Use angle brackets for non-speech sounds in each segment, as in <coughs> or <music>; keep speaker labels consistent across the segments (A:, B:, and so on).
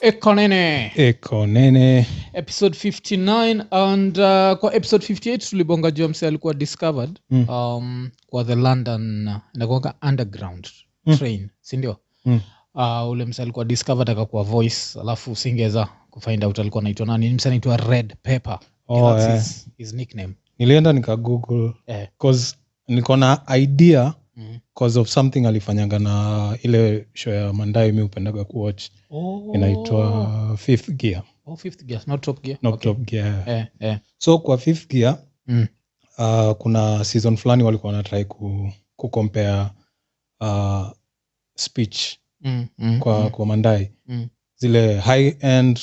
A: ekonene
B: ekonene
A: episode 59 and uh, kwa episode 58 tulibonga jua mse alikuwa discovered
B: Mm.
A: um, kwa the london uh, inakuanga underground
B: Mm.
A: train sindio
B: Mm.
A: uh, ule mse alikuwa discovered akakuwa voice alafu singeza kufind out alikuwa naitwa nani Ni mse anaitwa red pepper
B: Oh,
A: That's
B: eh.
A: his, his nickname
B: nilienda nika google
A: eh.
B: cause niko na idea
A: mm.
B: cause of something alifanyaga na ile show ya mandai mi upendaga kuwatch
A: oh,
B: inaitwa fifth gear
A: oh, fifth gear not top gear
B: not
A: Okay.
B: top gear
A: eh, eh.
B: so kwa fifth gear
A: Mm.
B: uh, kuna season fulani walikuwa wanatrai ku, kucompare uh, speech
A: Mm, mm,
B: kwa,
A: mm,
B: kwa mandai
A: mm.
B: zile high end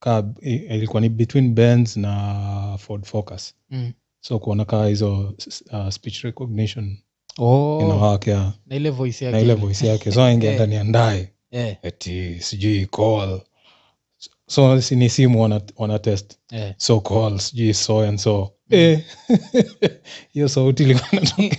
B: cab i- ilikuwa ni between benz na ford focus
A: Mm.
B: so kuona kaa hizo s- uh, speech recognition
A: Oh,
B: inawake
A: na ile voice yake
B: na ile
A: ile.
B: voice yake so aingeenda
A: Eh.
B: niandae
A: eh,
B: eti sijui call so si- ni simu wana, wana test
A: eh.
B: so call sijui so and so
A: Mm.
B: Eh. <laughs> hiyo sauti ilikuwa inatonga-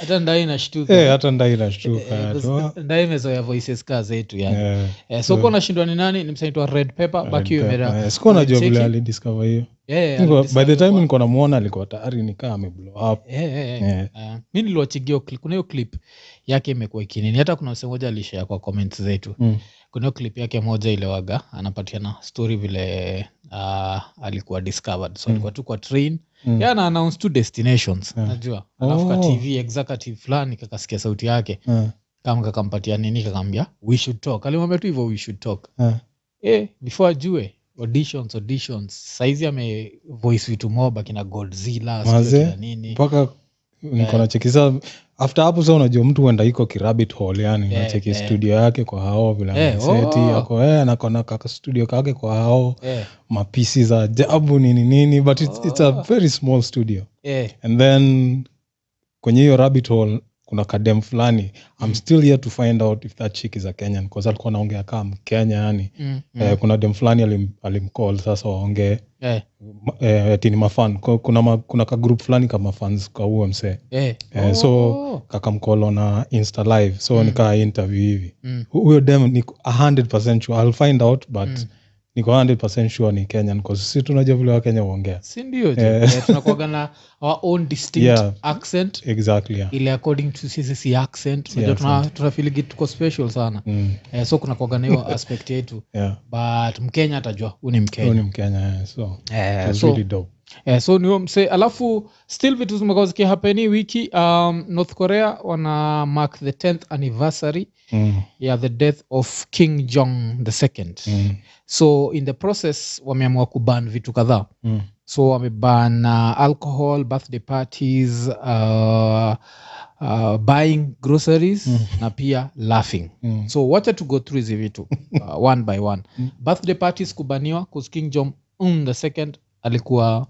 A: hata ndai nashtuka
B: Eh, hata ndai
A: Eh,
B: inashtuka tu.
A: because ndai imezoea voices kaa zetu yani
B: Eh,
A: eh, so kuwa nashindwa ni nani ni msanaitwa red pepper baki
B: eh,
A: umera
B: eh, sikuwa najua
A: Cheki.
B: vile alidiscover hiyo
A: Eh,
B: Niko- by the
A: alisema
B: time
A: kwa-
B: nilikuwa namwona alikuwa tayari nikaa ameblow up
A: Eh, eh, eh.
B: Eh,
A: Ah, mi niliwachigia hiyo clip- kuna hiyo clip yake imekuwa ikinini hata kuna msemoja alishea kwa comment zetu
B: mm,
A: kuna hiyo clip yake moja ile waga anapatiana story vile uh, alikuwa discovered so
B: Mm.
A: alikuwa tu kwa train
B: mm.
A: yeah, ana announce two destinations
B: Yeah.
A: najua alafu ka
B: Oh.
A: tv executive fulani kakasikia sauti yake
B: Eh,
A: kama kakampatia nini kakambia we should talk alimwambia tu hivyo we should talk
B: eh.
A: eh, before ajue auditions auditions saizi ame voice vitu moba kina godzilla sijui
B: Mazee,
A: kina nini
B: mpaka
A: Eh.
B: niko nachekisa after hapo sa unajua mtu huenda iko kirabit hall yani
A: Eh,
B: nacheki
A: eh.
B: studio yake kwa hao vile
A: Eh,
B: ameseti
A: oh.
B: ako eh, na kona kaka studio kake kwa hao
A: eh,
B: mapisi za ajabu nini nini but it's, it's a
A: Oh.
B: very small studio
A: eh,
B: and then kwenye hiyo rabbit hole kuna kadem fulani
A: Hmm.
B: i'm still here to find out if that chick is a kenyan bcause alikuwa naongea kaa mkenya yani
A: mm, mm,
B: eh, kuna dem fulani alim- alimcall sasa waongee
A: eh,
B: ma- eh, ati ni mafan Ko- kuna, ma, kuna kagrup fulani kama fans kwa huo msee
A: eh.
B: Eh, so-
A: Oh.
B: kakamkolo na insta live so
A: Mm.
B: nikaa interview hivi
A: Mm,
B: Hu- huyo dem niko 100 sure I'll find out but
A: Mm.
B: niko 100 sure ni kenyan cause si tunajua vile wakenya huongea
A: si ndio je?
B: Eh.
A: Eh, tunakuwaga na our own distinct
B: Yeah.
A: accent
B: exactly yeah.
A: ile according to sisi si accent
B: Si
A: unajua tuna
B: accent.
A: tunafiligi tuko special sana
B: Mm,
A: eh, so kunakuwaga na
B: <laughs>
A: hiyo aspect yetu
B: yeah.
A: but mkenya atajua huu ni
B: Huyo
A: mkenya
B: ni mkenya yeah. so it
A: eh,
B: was
A: so,
B: really dope
A: Eh, so niyo mse alafu still vitu zimekuwa zikihapeni wiki um, north korea wana mark the 10th anniversary
B: mm,
A: ya the death of king jong the second
B: mm,
A: so in the process wameamua kuban vitu kadhaa
B: mm,
A: so wameban uh, alcohol birthday parties uh, uh, buying groceries
B: Mm.
A: na pia laughing
B: mm,
A: so wacha to go through hizi
B: <laughs>
A: vitu uh, one by one
B: Mm.
A: birthday parties kubaniwa 'cause king jong un the second alikuwa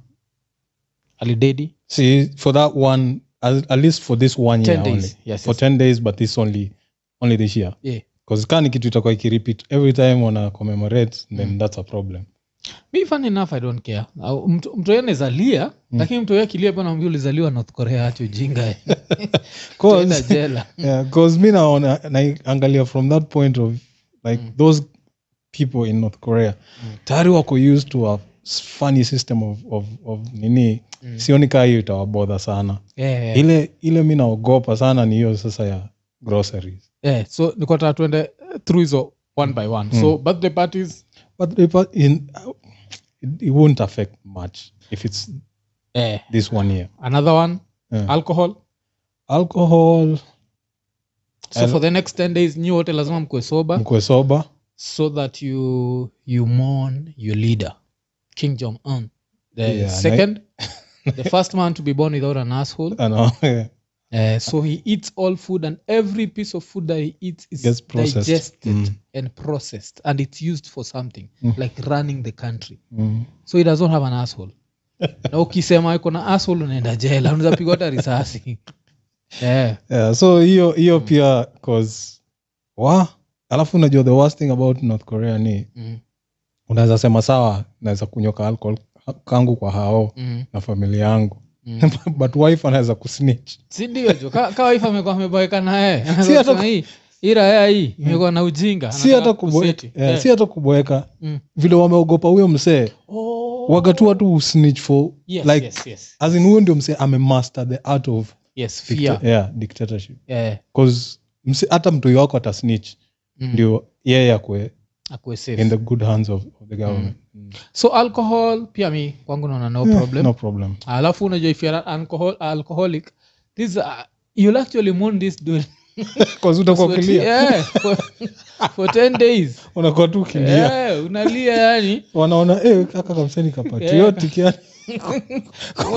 A: alidedi
B: see for that one at at least for this one
A: 10
B: year
A: days
B: only
A: yes,
B: for
A: yes.
B: 10 days but this only only this year
A: Yeah.
B: bcause kaa ni kitu itakuwa ikirepeat every time wana commemorate then
A: Mm.
B: that's a problem
A: me fun enough i don't care Au- mtu mtu yeye anaezalia
B: Mm.
A: lakini mtu yeye akilia bwana mwambie ulizaliwa north korea acha
B: <laughs>
A: ujinga <laughs> utaenda
B: cause <laughs>
A: jela
B: yeah, 'cause mi naona naangalia from that point of like
A: Mm.
B: those people in north korea
A: Mm.
B: tayari wako used to a s- funny system of, of, of nini
A: Mm.
B: sioni kaa hiyo itawabodha sana
A: Eh, eh,
B: ile ile mi naogopa sana ni hiyo sasa ya groceries
A: eh, so nikotaka tuende eh, through hizo one by one
B: Mm.
A: so birthday parties
B: but if I- in, uh, it, it won't affect much if it's
A: eh,
B: this one year
A: another one
B: Yeah.
A: alcohol
B: alcohol
A: so
B: Al-
A: for the next 10 days nyi wote lazima mkue soba
B: mkwe soba
A: so that you you mourn your leader king jong un the
B: Yeah, and I- <laughs>
A: second the first man to be born without an asshole
B: ano, yeah.
A: Uh, so he eats all food, and every piece of food that he eats is
B: Gets processed.
A: digested
B: Mm.
A: and processed, and it's used for something
B: Mm.
A: like running the country.
B: Mm.
A: So he does not have an
B: <laughs>
A: asshole. na ukisema iko na asshole unaenda jela, unaweza pigwa hata
B: <laughs>
A: risasi. Eh,
B: yeah, so hiyo
A: Mm.
B: hiyo pia cause wa alafu unajua the worst thing about north korea ni
A: mm,
B: unaweza sema sawa naweza kunywa ka alcohol kangu kwa hao
A: mm,
B: na familia yangu <laughs>
A: mm.
B: but wife anaweza kusnitch
A: Si ndio jo? Ka- Kawaifa amekuwa ameboeka naye,
B: Si hata
A: anasema hii hii raya hii imekuwa na ujinga
B: si hata
A: anataka
B: kuboeka
A: kuseti.
B: yeah,
A: Eh.
B: si hata kuboeka
A: Mm.
B: vile wameogopa huyo msee
A: Oh.
B: wagatua tu snitch for
A: Yes,
B: like
A: yes, yes.
B: as in huyo ndio msee amemaster the art of
A: Yes,
B: dicta-
A: fear.
B: yeah, dictatorship
A: Eh,
B: 'Cause mse- hata mtoi wako atasnitch
A: mm.
B: ndio yeye akwe
A: Akuwe safe.
B: in the good hands of, of the government Mm.
A: so alcohol pia mi kwangu naona no
B: Yeah,
A: problem
B: Hmm, no problem
A: alafu unajua if you're an alcohol, alcoholic this uh, you'll actually mourn this
B: <laughs>
A: during
B: 'Cause utakuwa ukilia
A: yeah,
B: <laughs>
A: for, for 10 days
B: unakuwa tu ukilia
A: yeah, unalia yani
B: wanaona eh, kaka kamseni kapatriotic yani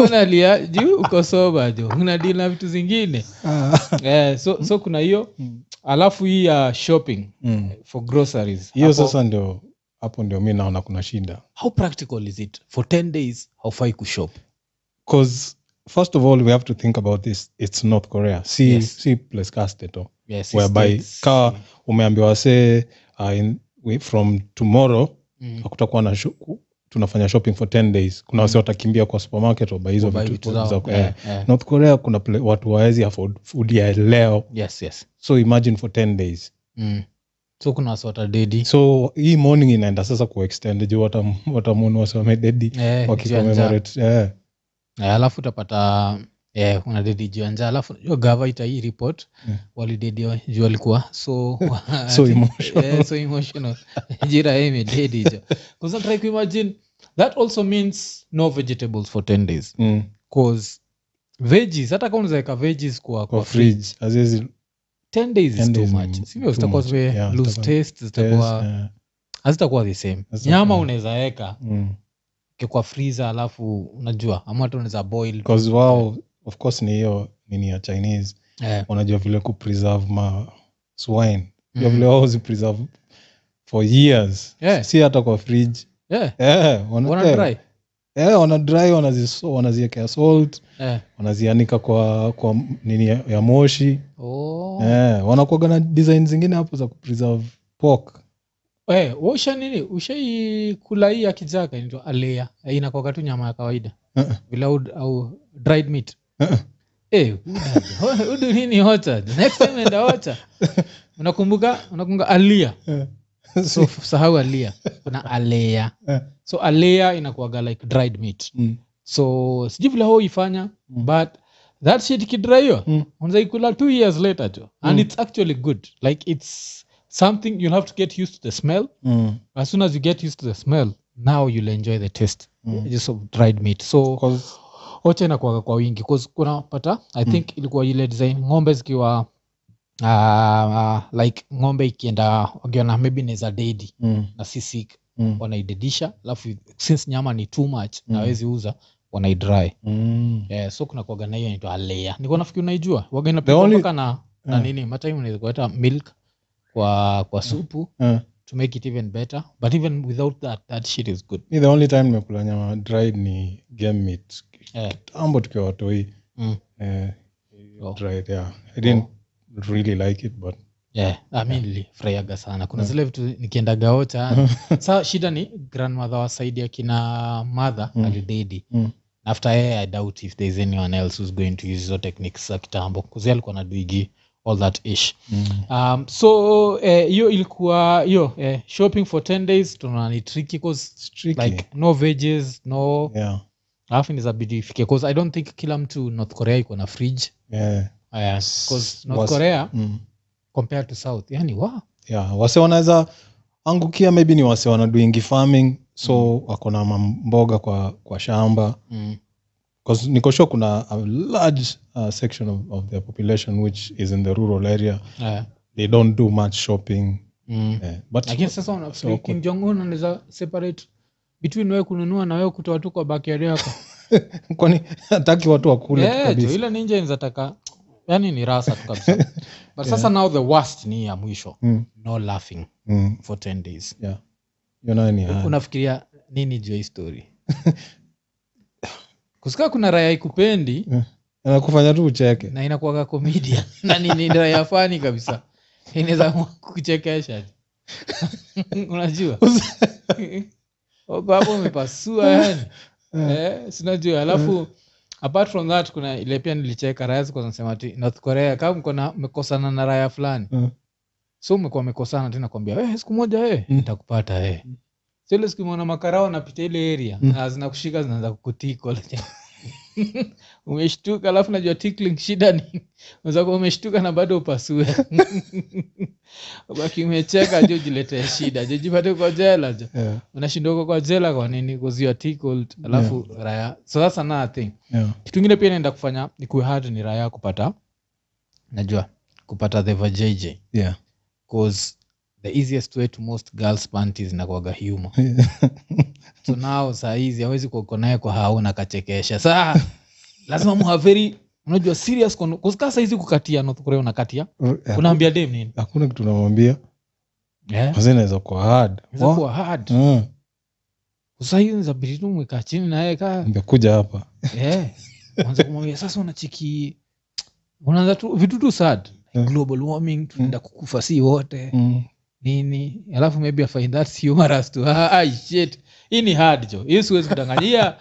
A: unalia juu uko soba jo una deal na vitu zingine
B: Ah.
A: <laughs> yeah, Eh, so, so kuna hiyo
B: Mm.
A: alafu hii ya shopping
B: Mm.
A: for groceries
B: hiyo
A: Hapo-
B: sasa ndio hapo ndio mi naona kuna shida
A: how practical is it for 10 days haufai kushop
B: bcause first of all we have to think about this it's north korea si,
A: Yes.
B: si place casteto
A: yes,
B: oh. whereby
A: it's-
B: kaa umeambiwa wasee uh, in- we- from tomorrow
A: Mm.
B: hakutakuwa na sho- ku- tunafanya shopping for 10 days kuna wase watakimbia kwa supermarket wabai hizo
A: Buy
B: vitu-
A: Mm. vitu
B: za-
A: zao.
B: eh.
A: Yeah, yeah.
B: north korea kuna pla- watu waezi afford food ya leo
A: yes yes
B: so imagine for 10 days
A: mm. so kuna wasota dedi
B: so hii morning inaenda sasa kuextend juu watam- watamwona wase wamededi
A: Eh, juu ya njaa.
B: wakicommemorate eh.
A: Eh, alafu utapata eh, una dedi juu ya njaa alafu unajua gava ita hii report
B: Mm.
A: walidedi wa- juu walikuwa so
B: <laughs>
A: <laughs>
B: So emotional.
A: eh, so emotional jira yeye imededi jo because I'm trying to imagine that also means no vegetables for 10 days
B: mm.
A: because veggies hata kama unaweka veggies kwa
B: kwa
A: kwa fridge
B: fridge haziwezi
A: 10 days is
B: 10
A: too
B: days
A: much
B: ni
A: sivyo
B: too
A: zitakuwa
B: much.
A: zime
B: Yeah,
A: lose
B: zitakuwa-
A: taste zitakuwa
B: eh,
A: hazitakuwa the same
B: Hazitakuwa-
A: nyama unaweza weka
B: mm.
A: ke kwa freezer alafu unajua ama hata unaweza boil
B: 'Cause wao of course ni hiyo nini ya chinese
A: eh,
B: wanajua vile kupreserve ma swine mm.
A: mm.
B: vile wao zipreserve for years
A: Yeah.
B: si hata kwa fridge
A: yeah.
B: eh, wana,
A: Wanna try?
B: eh, eh, wana dry wanaziso- wanaziekea salt
A: Eh.
B: wanazianika kwa kwa nini ya, ya moshi
A: Oh.
B: eh, wanakuaga na design zingine hapo za kupreserve pork
A: Eh, wewe usha nini ushaikula hii ya kijaka inaitwa alea Eh, inakuwaga tu nyama ya kawaida
B: Eh,
A: vile au- au dried meat
B: eh, eh.
A: Eh, udaja. udu nini hota next time enda
B: <laughs>
A: hota unakumbuka unakumbuka alia so sahau alia kuna alea
B: Eh.
A: so alea inakuwaga like dried meat
B: Mm,
A: so sijui vile hao ifanya
B: Mm.
A: but that shit kidraiwa
B: mm,
A: unzaikula two years later jo and
B: Mm.
A: it's actually good like it's something you'll have to get used to the smell
B: mm.
A: as soon as you get used to the smell now you'll enjoy the taste
B: Mm.
A: just of dried meat so
B: 'Cause-
A: ocha inakuaga kwa wingi 'cause kuna pata i
B: Mm.
A: think ilikuwa ile design ng'ombe zikiwa ah, ah, like ng'ombe ikienda wakiona maybe neza dedi
B: mm,
A: na sisi
B: mm,
A: wanaidedisha alafu since nyama ni too much
B: Mm.
A: na hawezi uza wanaidry
B: mm.
A: yeah, Eh, so kuna kuaga na hiyo inaitwa alea nikuwa nafikiri unaijua waga
B: The
A: inapikwa
B: only-
A: mpaka na, na
B: Eh.
A: nini matime unaweza kuweta milk kwa kwa supu
B: Eh,
A: to make it even better but even without that that shit is good
B: mi the only time nimekula nyama dried ni game meat
A: yeah.
B: kitambo tukiwa watoi
A: Mm.
B: eh,
A: Oh.
B: dried yeah i didn't really like it but
A: Yeah, ah, mi nilifurahiaga sana kuna zile vitu nikiendaga
B: <laughs>
A: ocha sa shida ni grandmother wa saidi akina mother
B: Mm.
A: alidedi
B: Mm.
A: Na after yeye i doubt if there's anyone else who's going to use hizo techniques za kitambo kuzi alikuwa na duigi all that ish
B: mm.
A: um, so eh, hiyo ilikuwa hiyo eh, shopping for 10 days tunaona ni tricky cause
B: it's tricky
A: like no veggies no
B: yeah
A: alafu inabidi ifike cause i don't think kila mtu north korea iko na fridge
B: yeah
A: uh, cause north
B: Was-
A: korea
B: mm.
A: compared to south yani wa
B: yeah wase wanaweza angukia maybe ni wase wanadoingi farming so wako na mamboga kwa kwa shamba
A: mm.
B: 'Cause niko sure kuna a large uh, section of, of their population which is in the rural area
A: uh,
B: they don't do much shopping
A: mm.
B: eh, but
A: lakini sasa unafikiri
B: so
A: Kim Jong Un anaweza separate between wewe kununua na wewe kutoa tu kwa backyard yako
B: <laughs> kwani hataki watu wakule tu
A: yeah, jo,
B: kabisa
A: ile ninja inzataka yani ni rasa tu
B: <laughs>
A: kabisa but sasa now the worst ni ya mwisho
B: Mm,
A: no laughing
B: mm,
A: for 10 days
B: yeah. Hiyo nayo ni hali.
A: unafikiria nini juu ya hii story <laughs> kusikaa kuna raya ikupendi
B: anakufanya tu ucheke
A: na inakuaga komedia na nini ndio yafani kabisa inaweza kuchekesha <laughs> unajua Wako Eh? hapo umepasua yani eh, sinajua alafu apart from that kuna ile pia nilicheka raya zikuwa zinasema ati north korea kama mko na- mmekosana na raya fulani
B: Mm.
A: so umekuwa amekosana tena kwambia hey, siku moja hey,
B: Mm.
A: nitakupata hey.
B: Mm.
A: so ile siku imeona makarao napita ile area
B: Mm.
A: na zinakushika zinaanza kukutiko <laughs> umeshtuka alafu najua tickling shida ni unaweza kuwa umeshtuka na bado upasue <laughs> baki umecheka jo jiletee shida jo jipate kwa jela jo
B: yeah,
A: unashindwa uko kwa jela kwa nini kuziwa tickled alafu raya so that's another thing
B: yeah.
A: kitu ingine pia naenda kufanya ikuwe hard ni raya kupata najua kupata the vajj
B: Yeah.
A: cause the easiest way to most girls panties inakuwaga
B: <laughs>
A: humor so now saa hizi awezi kuoko naye kwa hauna kachekesha saa lazima muhaveri unajua serious kono- cause kaa saa hizi kukatia North Korea unakatia
B: Yeah.
A: unaambia dem nini
B: eh, hakuna kitu namwambia
A: yeah.
B: Kwanza inaweza kuwa hard
A: Inaweza
B: Wa-
A: kuwa hard
B: Mm,
A: saa hizi zabidi tu mwekaa chini naye kaa
B: nimekuja hapa
A: Eh, uanze kumwambia sasa unachiki unaanza tu vitu tu sad
B: Mm.
A: global warming tunaenda kukufa si wote
B: Mm,
A: nini alafu maybe I find that humorous to her ah, shit hii ni hard jo hii siwezi kudanganyia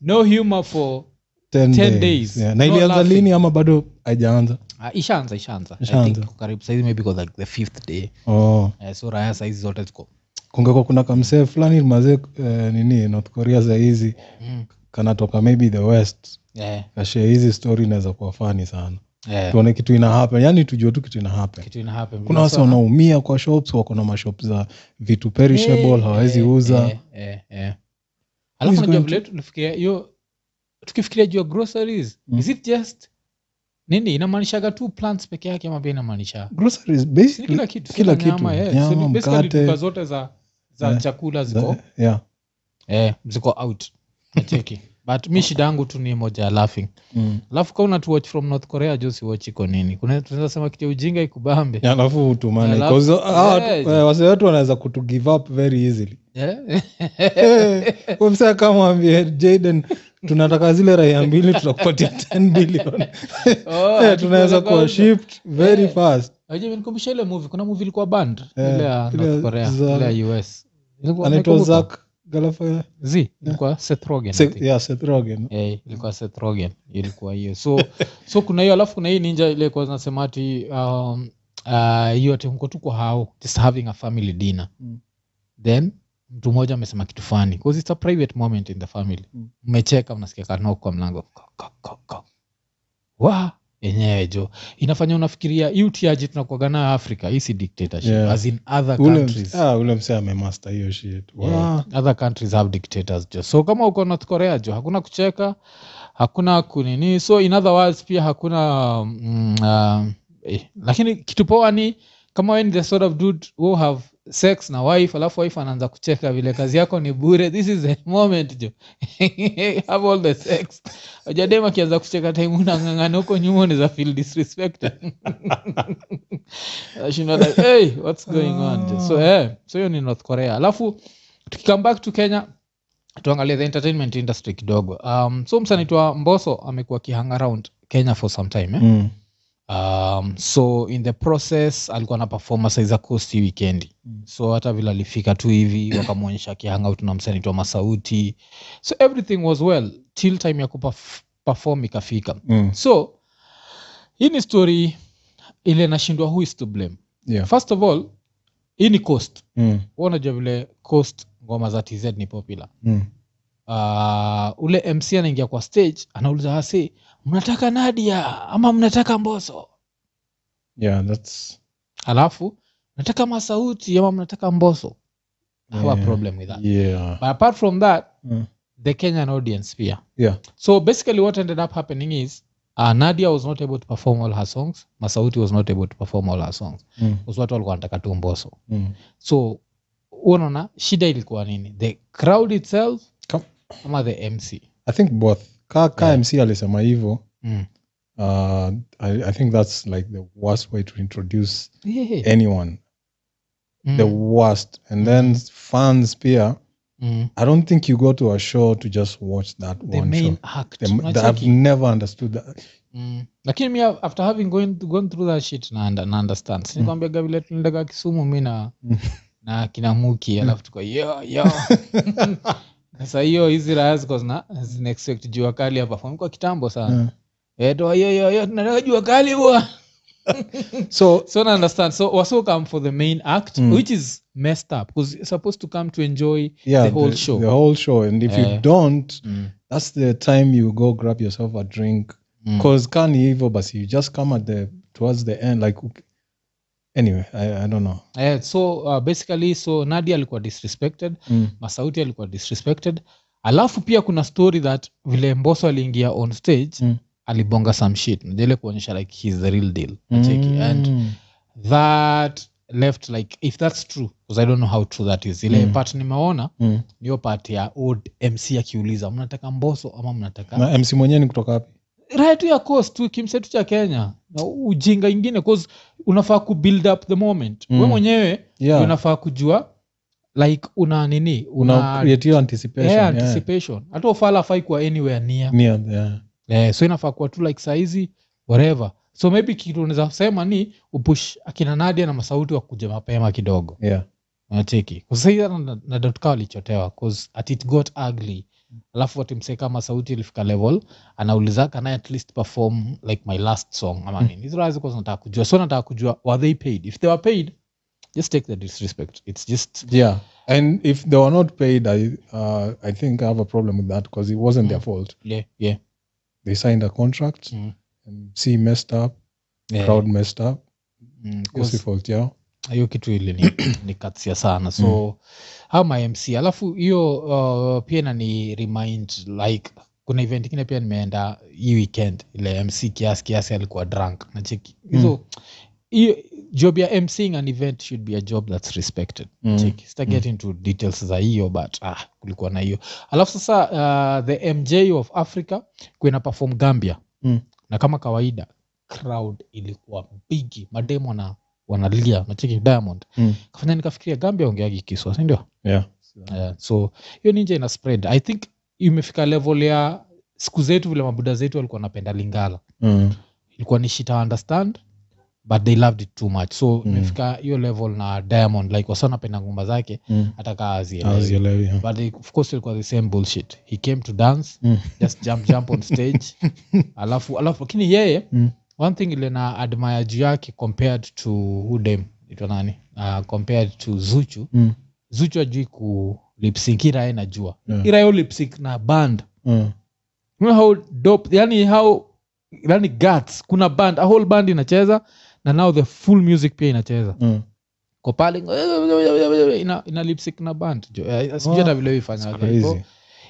A: no humor for
B: 10
A: 10
B: days.
A: days.
B: Yeah, na
A: No
B: ilianza
A: laughing.
B: lini ama bado haijaanza
A: ah, ishaanza ishaanza I
B: Ishaanza.
A: think karibu saizi maybe iko like the fifth day
B: oh.
A: Eh, so raya saizi zote ziko
B: kungekuwa kuna kamsee fulani mazee eh, nini north korea za hizi
A: mm.
B: kanatoka maybe the west
A: eh,
B: kashee hizi story inaweza kuwa fani sana
A: eh,
B: tuone kitu ina happen yani tujue tu kitu ina happen
A: kitu ina happen
B: kuna wasi wanaumia kwa shops wako na mashop za vitu perishable
A: Eh,
B: hawawezi
A: eh,
B: uza
A: eh, eh, eh. alafu
B: going
A: najua
B: to-
A: vile tunafikiria hiyo tukifikiria juu ya groceries
B: Mm.
A: is it just nini inamaanishaga tu plants peke yake ama pia inamaanisha
B: Groceries,
A: Si
B: basically,
A: kila kitu si
B: kila
A: nyama,
B: kitu.
A: eh.
B: Nyama,
A: So ni basically
B: mkate.
A: duka zote za za
B: Eh,
A: chakula
B: the-
A: ziko
B: yeah.
A: eh, ziko out nacheki but mi shida yangu tu ni moja ya laughing
B: Mm.
A: alafu kama unatuwatch from north korea jo siwatch iko nini kuna tunaweza sema kitu ya ujinga ikubambe
B: Yeah, alafu utumane
A: Alafu-
B: Cause, hawa-
A: Yeah,
B: eh,
A: yeah.
B: wase wetu wanaweza kutu give up very
A: <laughs>
B: easily Eh,
A: Eh?
B: wemsa kamwambie jaden tunataka zile raia
A: <laughs>
B: mbili tutakupatia 10 billion
A: Oh,
B: Eh, tunaweza
A: hatukuwa
B: kuwa shipped very
A: Eh.
B: fast
A: Unajua imenikumbusha ile movie kuna movie ilikuwa band
B: Eh,
A: ile ya
B: ile
A: North Korea
B: za-
A: ile ya US Ilikuwa-
B: anaitwa
A: nakumbuka.
B: zak galafa
A: Zi, ilikuwa Seth Rogen I
B: Se-
A: think.
B: yeah, Seth Rogen. Mm.
A: Eh, ilikuwa Seth Rogen ilikuwa hiyo so <laughs> so kuna hiyo alafu kuna hii ninja ile kwa nasema ati um, ah, hiyo ati mko tu kwa hao just having a family dinner
B: Mm.
A: then mtu mmoja amesema kitu fani because it's a private moment in the family
B: Mm.
A: mmecheka mnasikia kanoko kwa mlango Ko- ko- ko- ko. wa yenyewe jo inafanya unafikiria hii utiaji tunakuaga nayo afrika hii si dictatorship
B: Yeah.
A: as in other
B: Ule-
A: countries
B: ah, ule msee amemaster hiyo shit Wow.
A: Yeah. other countries have dictators jo so kama uko north korea jo hakuna kucheka hakuna kunini so in other words pia hakuna mm, um, eh, lakini kitu poa ni kama we ni the sort of dude who have sex na wife alafu wife anaanza kucheka vile kazi yako ni bure this is the moment jo <laughs> have all the sex ajadem akianza kucheka time unang'ang'ana huko nyuma unaweza feel disrespected <laughs> Unashindwa like, hey, what's going on jo so eh, so hiyo ni north korea alafu tukikam back to kenya tuangalie the entertainment industry kidogo um, so msanaitwa mboso amekuwa akihang around kenya for some time eh?
B: Mm.
A: um, so in the process alikuwa na performa saiza coast hii wikendi
B: Mm.
A: so hata vile alifika tu
B: <coughs>
A: hivi wakamwonyesha akihangout na msanaitwa masauti so everything was well till time ya kuperform ikafika
B: Mm.
A: so hii ni story ile nashindwa who is to blame
B: Yeah.
A: first of all hii ni coast
B: Mm.
A: Wewe unajua vile coast ngoma za tz ni popular
B: Mm.
A: uh, ule mc anaingia kwa stage anauliza wasi mnataka nadia ama mnataka mboso
B: Yeah, that's-
A: alafu nataka masauti ama mnataka mboso yeah.
B: Yeah.
A: problem with that
B: Yeah.
A: but apart from that
B: Mm.
A: the kenyan audience pia
B: Yeah.
A: so basically what ended up happening is uh, nadia was not able to perform all her songs masauti was not able to perform all her songs
B: Mm.
A: Because watu walikuwa wanataka tu mboso
B: Mm.
A: so unaona shida ilikuwa nini the crowd itself
B: Ka-
A: ama the mc
B: i think both ka ka
A: Yeah.
B: mc alisema hivyo
A: mm.
B: uh, I, i think that's like the worst way to introduce
A: yeah.
B: anyone the
A: mm.
B: worst and then fans pia
A: mm.
B: i don't think you go to a show to just watch that
A: the
B: one
A: main
B: show
A: act
B: The m- that i've
A: unacheki
B: never understood that
A: mm. lakini mi after having going, gone through that shit na, under- na understand
B: Mm.
A: sinikwambiaga vile tunaendaga kisumu mi na
B: Mm.
A: na kinamuki alafu tuko yo yo
B: <laughs>
A: sasa hiyo hizi raha ziko zina zina expect jua kali hapa kwa kitambo sana Eh,
B: Yeah.
A: mm. eto yo yo yo tunataka jua kali bwa
B: so
A: so I understand. So Waso come for the main act,
B: Mm.
A: which is messed up because you're supposed to come to enjoy.
B: yeah
A: The whole show.
B: the whole show and if
A: Eh.
B: you don't that's the time you go grab yourself a drink
A: Co-
B: because can evil but you just come at the towards the end like okay. anyway i, I don't know
A: Eh, so uh, basically so Nadia alikuwa disrespected,
B: Mm.
A: Masauti alikuwa disrespected. Alafu pia kuna story that vile Mbosso aliingia on stage
B: Mm.
A: alibonga some shit. Unajua ile kuonyesha like he's the real deal. Unacheki? And
B: Mm.
A: that left like if that's true because I don't know how true that is. Ile
B: Mm.
A: part nimeona
B: Mm.
A: niyo part ya old MC akiuliza mnataka Mbosso ama mnataka
B: na mc mwenyewe ni kutoka wapi
A: raha tu ya cost tu kimsetu cha kenya na ujinga ingine cause unafaa ku build up the moment
B: Mm.
A: we mwenyewe
B: yeah
A: unafaa kujua like una nini una
B: una hiyo
A: yeah,
B: anticipation yeah.
A: anticipation hata ufala afai kuwa anywhere near
B: Nia, yeah.
A: eh, so inafaa kuwa tu like saizi whatever so maybe kitu unaweza sema ni upush akina nadia na masauti wa kuja mapema kidogo
B: yeah.
A: nacheki nadatuka walichotewa 'cause at it got ugly alafu watimsee kama sauti ilifika level anaulizaka naye at least perform like my last song ama
B: Mm.
A: nini hizo raha zilikuwa zinataka kujua so nataka kujua were they paid if they were paid just take the disrespect it's just
B: Yeah, and if they were not paid, I uh, I think I have a problem with that because it wasn't their
A: Mm.
B: fault.
A: yeah yeah
B: They signed a contract.
A: Mm.
B: And C messed up.
A: Yeah.
B: Crowd messed up.
A: Mm, 'cause
B: Yes, fault yao.
A: hiyo kitu ili ni, <clears throat> ni katsia sana so mm. ama mc alafu hiyo uh, pia nani remind like kuna event ingine pia nimeenda hii weekend ile mc kiasi kiasi alikuwa drunk nacheki hizo hiyo job ya mcing an event should be a job that's respected
B: Mm.
A: cheki sita get into details za hiyo but ah, kulikuwa na hiyo alafu sasa uh, the mj of africa kuina perform gambia
B: Mm.
A: na kama kawaida crowd ilikuwa bigi mademo na wanalia nacheki diamond
B: Mm.
A: kafanya nikafikiria gambia ongeagi kiswa sindio
B: Yeah.
A: yeah. Eh, so hiyo ninja ina spread i think imefika level ya siku zetu vile mabuda zetu walikuwa wanapenda lingala
B: Mm.
A: ilikuwa ni shit I understand but they loved it too much so
B: Mm.
A: imefika hiyo level na diamond like wasa wanapenda ngumba zake
B: Mm.
A: hata kaa azielewi
B: Hazielewi, yeah.
A: but they- of course ilikuwa the same bullshit he came to dance
B: Mm.
A: just jump jump on stage alafu alafu lakini yeye
B: Mm.
A: one thing ile na admire juu yake compared to hudem itwa nani uh, compared to zuchu
B: Mm.
A: zuchu ajui ku lipsink irae najua
B: Yeah.
A: irayo lipsink na band
B: Mm.
A: You know how dope yani how yani guts kuna band a whole band inacheza na now the full music pia inacheza
B: Mm.
A: ko pale ina, ina lipsink na band jo Eh, sijui hata
B: Wow,
A: vile
B: It's
A: ifanya
B: crazy.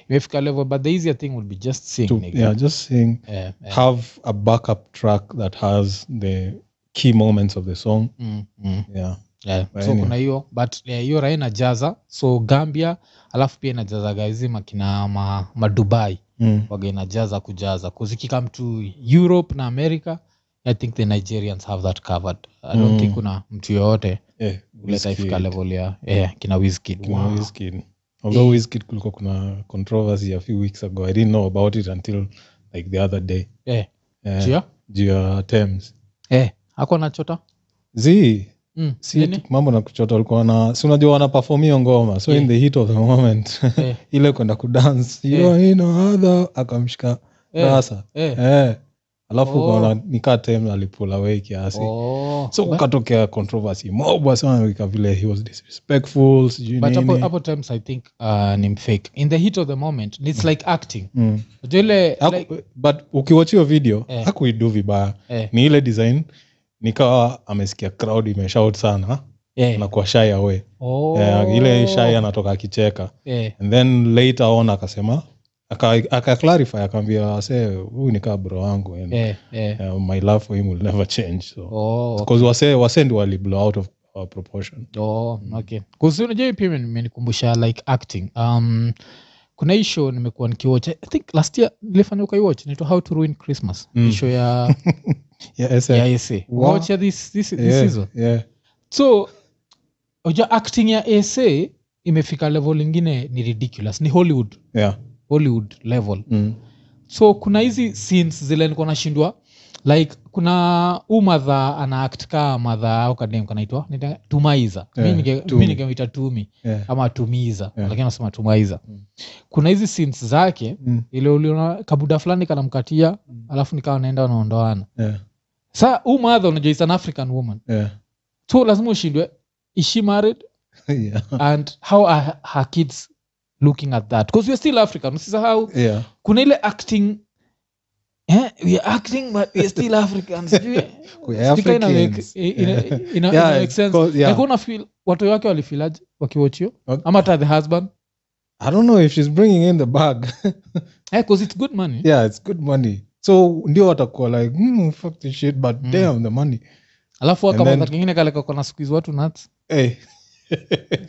A: imefika level but the easier thing would be just sing
B: To,
A: nigga.
B: yeah, just saying.
A: Eh, eh.
B: Have a backup track that has the key moments of the song.
A: Mm, mm.
B: Yeah.
A: Yeah.
B: But
A: so
B: anyway.
A: kuna hiyo but eh, hiyo raha inajaza so gambia alafu pia inajaza gaizima kina ma, madubai
B: Mm.
A: waga inajaza kujaza kuzikikam to europe na america i think the nigerians have that covered i don't
B: Mm.
A: think kuna mtu yoyote
B: Yeah.
A: uletaifika
B: Wizkid.
A: level ya yeah, kina wizkid
B: Kina
A: wow.
B: Wizkid. Although Wizkid kulikuwa kuna controversy a few weeks ago. I didn't know about it until like the other day.
A: eh,
B: Eh,
A: Jia?
B: Juu ya Thames.
A: eh, ako nachota
B: Zii,
A: mm,
B: si
A: nini?
B: mambo na kuchota walikuwa na si unajua wanapafom hiyo ngoma so in the heat of the moment <laughs>
A: Eh,
B: ile kwenda kudance
A: Eh.
B: yeah. inoadha akamshika
A: Eh.
B: rasa
A: eh.
B: eh. alafu
A: Oh.
B: ukaona nikaa tem alipula away kiasi
A: Oh.
B: so
A: But-
B: ukatokea controversy mobwa sana ika vile he was disrespectful sijui
A: but hapo-
B: nini
A: hapo times i think uh, ni mfake in the heat of the moment it's like acting
B: Mm.
A: Unajua ile
B: Haku-
A: like,
B: but ukiwatch hiyo video
A: Eh.
B: hakuidu vibaya
A: eh,
B: ni ile design nikawa amesikia crowd imeshout sana
A: eh.
B: na kuwa shy away
A: Oh.
B: Eh, ile shai anatoka akicheka
A: Eh,
B: and then later on akasema aka- akaclarify akaambia se huyu ni kaa bro wangu and,
A: eh, eh.
B: uh, my love for him will never change so
A: Oh, okay.
B: because wase wase ndio wali blow out of uh, proportion
A: Oh, okay. Kuhusu unajua pia imen- imenikumbusha like acting. Um, kuna hii show nimekuwa nikiwatch. I think last year nilifanya ukaiwatch inaitwa How to Ruin Christmas.
B: Mm.
A: Hii show
B: <laughs>
A: ya
B: yeah, SM.
A: ya SA.
B: Wow.
A: Watch ya this this this
B: yeah,
A: season.
B: yeah.
A: So unajua acting ya SA imefika level nyingine ni ridiculous. Ni Hollywood.
B: yeah.
A: Hollywood level.
B: Mm.
A: So kuna hizi scenes zile nilikuwa nashindwa like kuna huu madha ana act kaa madha au kadem kanaitwa nita- tumaiza
B: Yeah, Eh, Tumi. Eh.
A: mi ningemwita tumi
B: yeah.
A: ama tumiza
B: Yeah.
A: lakini anasema tumaiza
B: Mm.
A: kuna hizi sins zake
B: Mm.
A: ile uliona kabuda fulani kanamkatia
B: Mm.
A: alafu nikawa naenda wanaondoana
B: yeah.
A: saa huu madha unajua is an african woman
B: yeah. <laughs>
A: so lazima ushindwe is she married
B: yeah.
A: and how are her kids looking at that because we're still african usisahau
B: yeah.
A: kuna ile acting eh, we are acting but we are still
B: <laughs>
A: african sijui
B: We are
A: Sijui ina make-
B: Africans.
A: i- ina-
B: Yeah.
A: ina- ina
B: Yeah,
A: make
B: it's
A: sense.
B: called- yeah.
A: Like, una feel- watu wake walifilaje wakiwachio
B: Okay.
A: ama hata the husband
B: i don't know if she's bringing in the bag <laughs>
A: Eh, 'cause it's good money
B: yeah it's good money so ndio watakuwa like mm, fuck this shit but
A: Mm.
B: damn the money
A: alafu
B: And
A: wakama
B: then-
A: kingine kale kako na squeeze watu nuts
B: hey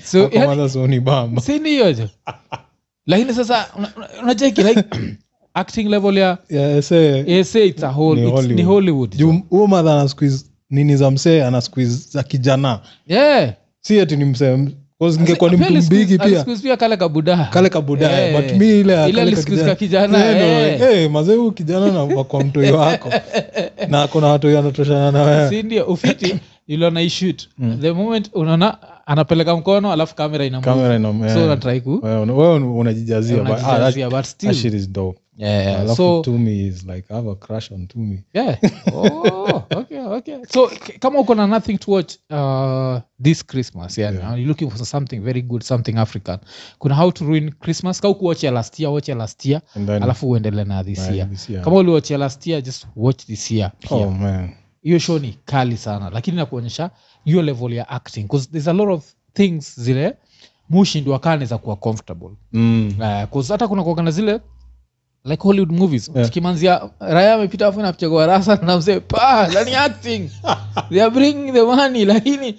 A: so
B: Hapo
A: yani,
B: mwanzo sioni
A: <laughs>
B: bamba
A: si ni hiyo je lakini sasa una- una- unacheki
B: <coughs>
A: like acting level ya
B: yeah say
A: ya say it's a whole
B: Ni
A: it's- ni
B: Hollywood.
A: hollywood
B: juu huyo madha ana squeeze nini za msee ana squeeze za kijana
A: yeah
B: si eti ni msee cause ningekuwa ni
A: Pia
B: mtu
A: alisqueeze-
B: mbigi pia
A: alisqueeze pia kale kabudaha
B: kale kabudaya
A: Eh.
B: but mi ile ya
A: Ile
B: kale
A: alisqueeze
B: kakijana-
A: ka kijana,
B: Yeah, ndo,
A: eh.
B: eh, mazee huyu kijana na kwa mtoi wako na kuna watoi anatoshana na wewe
A: si ndio ufiti iliona ishut
B: Mm.
A: the moment unaona anapeleka mkono alafu kamera ina move.
B: kamera ina
A: so
B: eh,
A: unatrai ku
B: wewe una- wewe una- unajijazia but- ah, that-
A: unajijazia, but
B: that
A: still
B: shit is dope
A: Yeah, yeah.
B: alafu
A: so
B: Tumi is like I have a crush on Tumi <laughs>
A: yeah. Oh, okay, okay. so k- kama uko na nothing to watch uh, this christmas yeah,
B: Yeah.
A: now you're looking for something very good something african kuna how to ruin christmas kau kuwachia last year watch ya last year
B: and then
A: alafu uendele na this
B: Right,
A: year
B: this year.
A: kama uliwachia last year just watch this year pia
B: oh man
A: hiyo show ni kali sana lakini nakuonyesha hiyo level ya acting 'Cause there's a lot of things zile mushindwa kaneza kuwa comfortable
B: mm.
A: uh, cause hata kuna kuagana zile like hollywood movies
B: Yeah.
A: yeah. kimanzia raya amepita afu napigwa rasa <laughs> na mzee pa yani acting they are bringing the money <laughs> lakini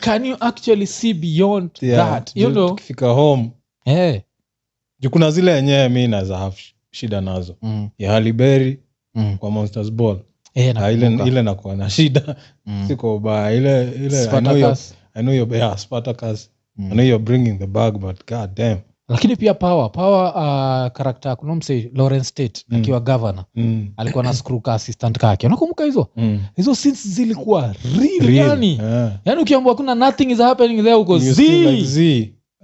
A: can you actually see beyond
B: Yeah,
A: that you
B: juu
A: know Eh.
B: tukifika home
A: hey.
B: juu kuna zile yenyewe mi naweza have sh- shida nazo
A: mm.
B: ya Haliberi
A: Mm.
B: kwa monsters ball
A: Hey,
B: Ah, ile ile nakuwa na shida
A: Eh, mm.
B: siko ubaya ile ile I know you're-
A: Spartacus.
B: I know you're- yeah, Spartacus.
A: Mm.
B: I know you're bringing the bag but god damn
A: lakini pia power power uh, karakta kunomse lawrence state
B: Mm.
A: akiwa governor
B: Mm.
A: alikuwa na screw ka assistant kake unakumbuka hizo
B: Mm.
A: hizo scenes zilikuwa real,
B: Real.
A: yani
B: Yeah.
A: yani ukiambua kuna nothing is happening there uko
B: You
A: z
B: still like Z.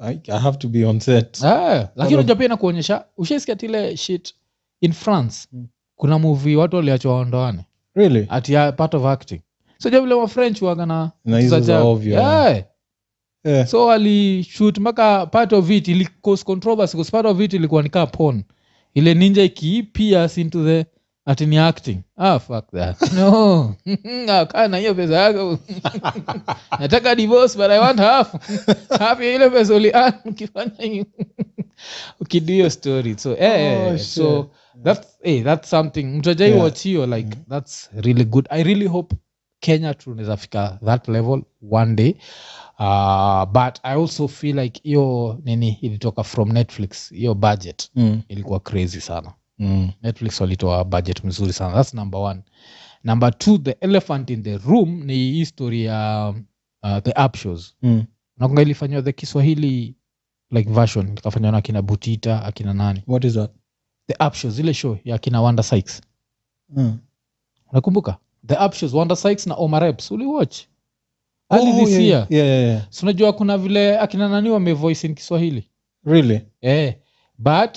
B: I- I have to be on set
A: Ah, lakini
B: Bado-
A: unajua pia inakuonyesha ushaisikia tile shit in france
B: Mm.
A: kuna movie watu waliachwa waondoane
B: really
A: ati ya part of acting so jua vile wafrench wagana
B: Na hizo za ovyo, yeah.
A: so walishut mpaka part of it ili cause controversy because part of it ilikuwa nikaa pon ile ninja ikiipia into the ati ni acting ah fuck that <laughs> no Ah, kaa na hiyo pesa yako <laughs> nataka divorce but i want half <laughs> half ya ile pesa ulian ukifanya hiyo <laughs> ukidu hiyo story so eh, eh,
B: Oh,
A: eh,
B: shit.
A: so that's eh, that's something mtajai
B: Yeah.
A: watch hiyo like that's really good i really hope kenya tunaweza fika that level one day uh, but i also feel like hiyo nini ilitoka from netflix hiyo budget
B: Mm.
A: ilikuwa crazy sana
B: Mm.
A: netflix walitoa budget mzuri sana thats number one number two the elephant in the room ni hii story ya uh, the upshows
B: Mm.
A: nakunga ilifanywa the kiswahili like version ikafanywa na akina butita akina nani
B: what is that
A: the upshows ile show ya akina wanda sikes
B: Mm.
A: unakumbuka the upshows wanda sikes na omaraps uliwatch early
B: Oh,
A: this
B: yeah,
A: year
B: yeah, yeah, yeah.
A: Si unajua kuna vile akina nani wamevoice in kiswahili
B: really
A: eh, but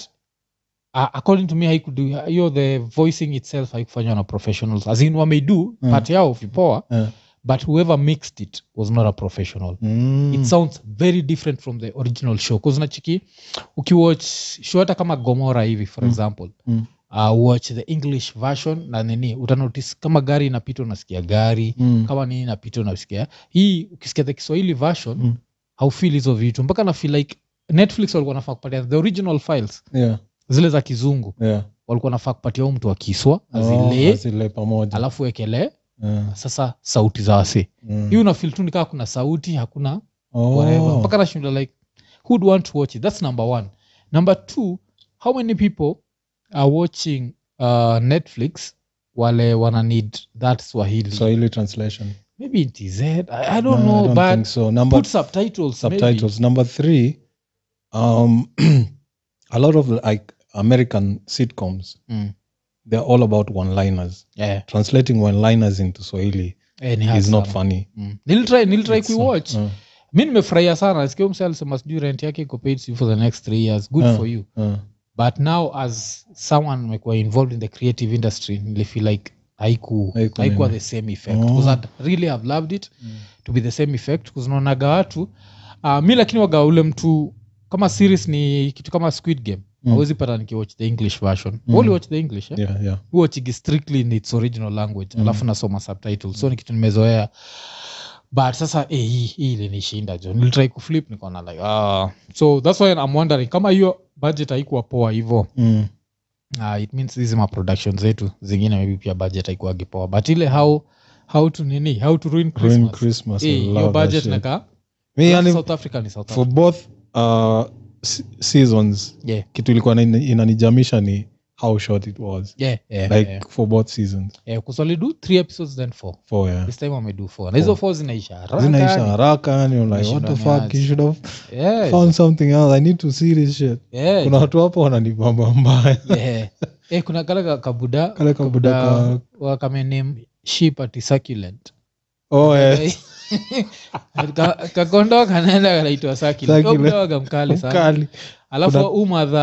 A: uh, according to me haikudu hiyo the voicing itself haikufanywa na professionals as in wameidu
B: Mm.
A: mm. part yao vipoa
B: Yeah.
A: but whoever mixed it was not a professional
B: Mm.
A: it sounds very different from the original show bcause nachiki ukiwatch show hata kama gomora hivi for
B: Mm.
A: example
B: Mm.
A: Uh, watch the english version na nini utanotice kama gari inapita unasikia gari
B: Mm.
A: kama nini napita unasikia hii ukisikia the kiswahili version
B: Mm.
A: mm. haufil hizo vitu mpaka nafil like netflix walikuwa nafaa kupatia the original files
B: yeah
A: zile za kizungu
B: yeah
A: walikuwa nafaa kupatia huu mtu wa kiswa
B: Oh,
A: azile
B: azile pamoja
A: alafu wekelee
B: Yeah.
A: sasa sauti za wase
B: Mm.
A: hii unafil tu nikaa kuna sauti hakuna
B: Oh.
A: whatever mpaka nashinda like who'd want to watch it that's number one number two how many people are watching uh, netflix wale wana need that swahili
B: Swahili translation.
A: maybe it is it i, I don't
B: No,
A: know
B: I don't
A: but
B: think so. Number
A: put subtitles
B: subtitles. Number three, um, <clears throat> a lot of like American sitcoms,
A: maybe. Mm.
B: they're all about one-liners.
A: Yeah.
B: Translating one-liners into Swahili
A: Eh, ni
B: is
A: hard
B: not
A: sana.
B: funny.
A: Mm. nilitry nilitry
B: It's, uh,
A: kuiwatch
B: uh,
A: mi nimefurahia sana sikia mse alisema sijui rent yake iko paid sijui for the next three years good
B: Yeah.
A: for you
B: uh,
A: but now as someone amekuwa involved in the creative industry nilifeel like haiku
B: Haiku
A: haikuwa
B: nini.
A: the same effect
B: Oh.
A: 'Cause I'd really have loved it to be the same effect kuznaonaga watu uh, mi lakini waga ule mtu kama series ni kitu kama squid game
B: Mm.
A: awezi pata nikiwatch the english version
B: Mm.
A: Wewe uliwatch the english eh?
B: yeah, yeah.
A: huwachigi strictly in its original language
B: Mm.
A: alafu nasoma subtitles so ni kitu nimezoea but sasa eh, hii hii ilinishinda jo nilitrai kuflip nikaona like ah. so thats why I'm wondering kama hiyo budget haikuwa poa hivo
B: Mm.
A: uh, it means hizi maproduction zetu zingine maybe pia budget haikuwagi poa but ile how how to nini how to ruin
B: Green
A: christmas
B: Christmas, I
A: Eh, hiyo
B: love that
A: budget
B: shit.
A: naka
B: Mi yani,
A: south africa ni south
B: for
A: africa
B: both uh, se- seasons
A: yeah
B: kitu ilikuwa na- inanijamisha ni how short it was
A: yeah yeah,
B: like
A: yeah.
B: for both seasons
A: yeah. 'cause walido three episodes then four
B: for yeah.
A: this time wamedo four na hizo
B: Four.
A: four zinaisha haraka
B: zinaisha
A: yani.
B: haraka yani I'm like what
A: Umeshindwa ni
B: the fuck
A: aje.
B: you should have
A: Yeah,
B: found something else i need to see this shit
A: yeah.
B: kuna watu hapo wananibamba mbaya
A: Yeah. Eh, kuna <laughs> kale ka- kabuda
B: Kale kabuda
A: kabuda wa kamename sheep ati succulent
B: oh yeah
A: <laughs> Ka- kakondo kanaenda kanaitwa succulent
B: Succulent.
A: obdawaga mkali sana
B: mkali
A: alafu
B: Kuna-
A: huu madha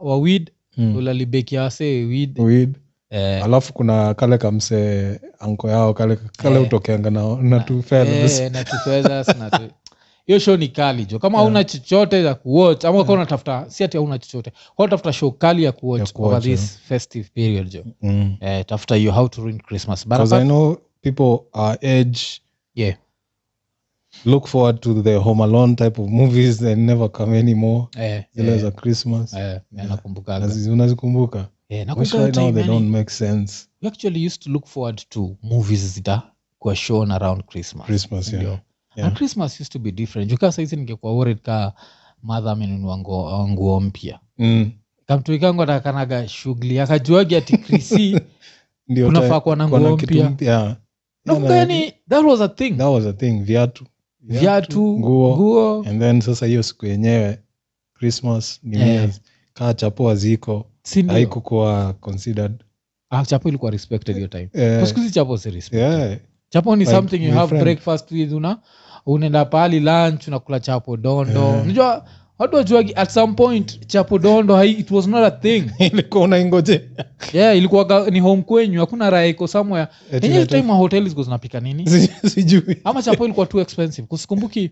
A: wa weed
B: Mm.
A: ulalibekia wase weed
B: Weed.
A: Eh,
B: alafu kuna kale kamse anko yao kale kale
A: Eh.
B: utokeanga na, na two fellas
A: eh, na tufedhas na tu- hiyo show ni kali jo kama hauna chochote ya kuwatch ama ka unatafuta si ati hauna chochote ka unatafuta show kali ya kuwatch
B: kuwatch,
A: over this
B: yeah.
A: festive period jo
B: Mm.
A: eh, tafuta hiyo how to ruin christmas But
B: 'Cause
A: apart-
B: i know people our age
A: yeah.
B: look forward to the home alone type of movies that never come anymore
A: Eh,
B: zile
A: eh.
B: za christmas
A: Eh,
B: Yeah.
A: nakumbukaga.
B: Nazi- unazikumbuka
A: Eh,
B: which
A: nakumbuka hiyo
B: right now
A: time,
B: they don't
A: yani,
B: make sense
A: we actually used to look forward to movies zita kwa shown around christmas
B: christmas
A: Ndio.
B: yeah.
A: And christmas used to be different jukaa saizi ningekuwa worried ka madha amenunua ngo- nguo mpya
B: Mm.
A: kamtuikangu atakanaga shughuli akajuagi ati
B: <laughs>
A: krisi
B: Ndio
A: unafaa
B: time-
A: kuwa na
B: kuwa na
A: nguo
B: kitu
A: mpya
B: mpya. Yeah.
A: nakumbuka
B: Yeah, na-
A: yani that was a thing
B: that was a thing viatu
A: viatu
B: nguo
A: nguo
B: and then sasa hiyo siku yenyewe christmas ni
A: Eh.
B: yeah. kaa chapoa ziko
A: si ndio?
B: haikukuwa considered
A: Ah, chapo ilikuwa respected hiyo time
B: Eh,
A: Kwa siku hizi chapo si respected.
B: yeah.
A: chapo ni
B: Like,
A: something you
B: my
A: have
B: friend.
A: breakfast with una unaenda pahali lunch unakula chapo dondo
B: Yeah.
A: unajua watu wajuagi at some point chapo dondo hai, it was not a thing
B: <laughs> ilikuwa unaingoje
A: yeah, ilikuwa ni home kwenyu hakuna raha iko somewhere
B: Eti
A: enye
B: nata-
A: time mahoteli ziko zinapika nini
B: <laughs> Si- sijui
A: ama chapo ilikuwa too expensive kusikumbuki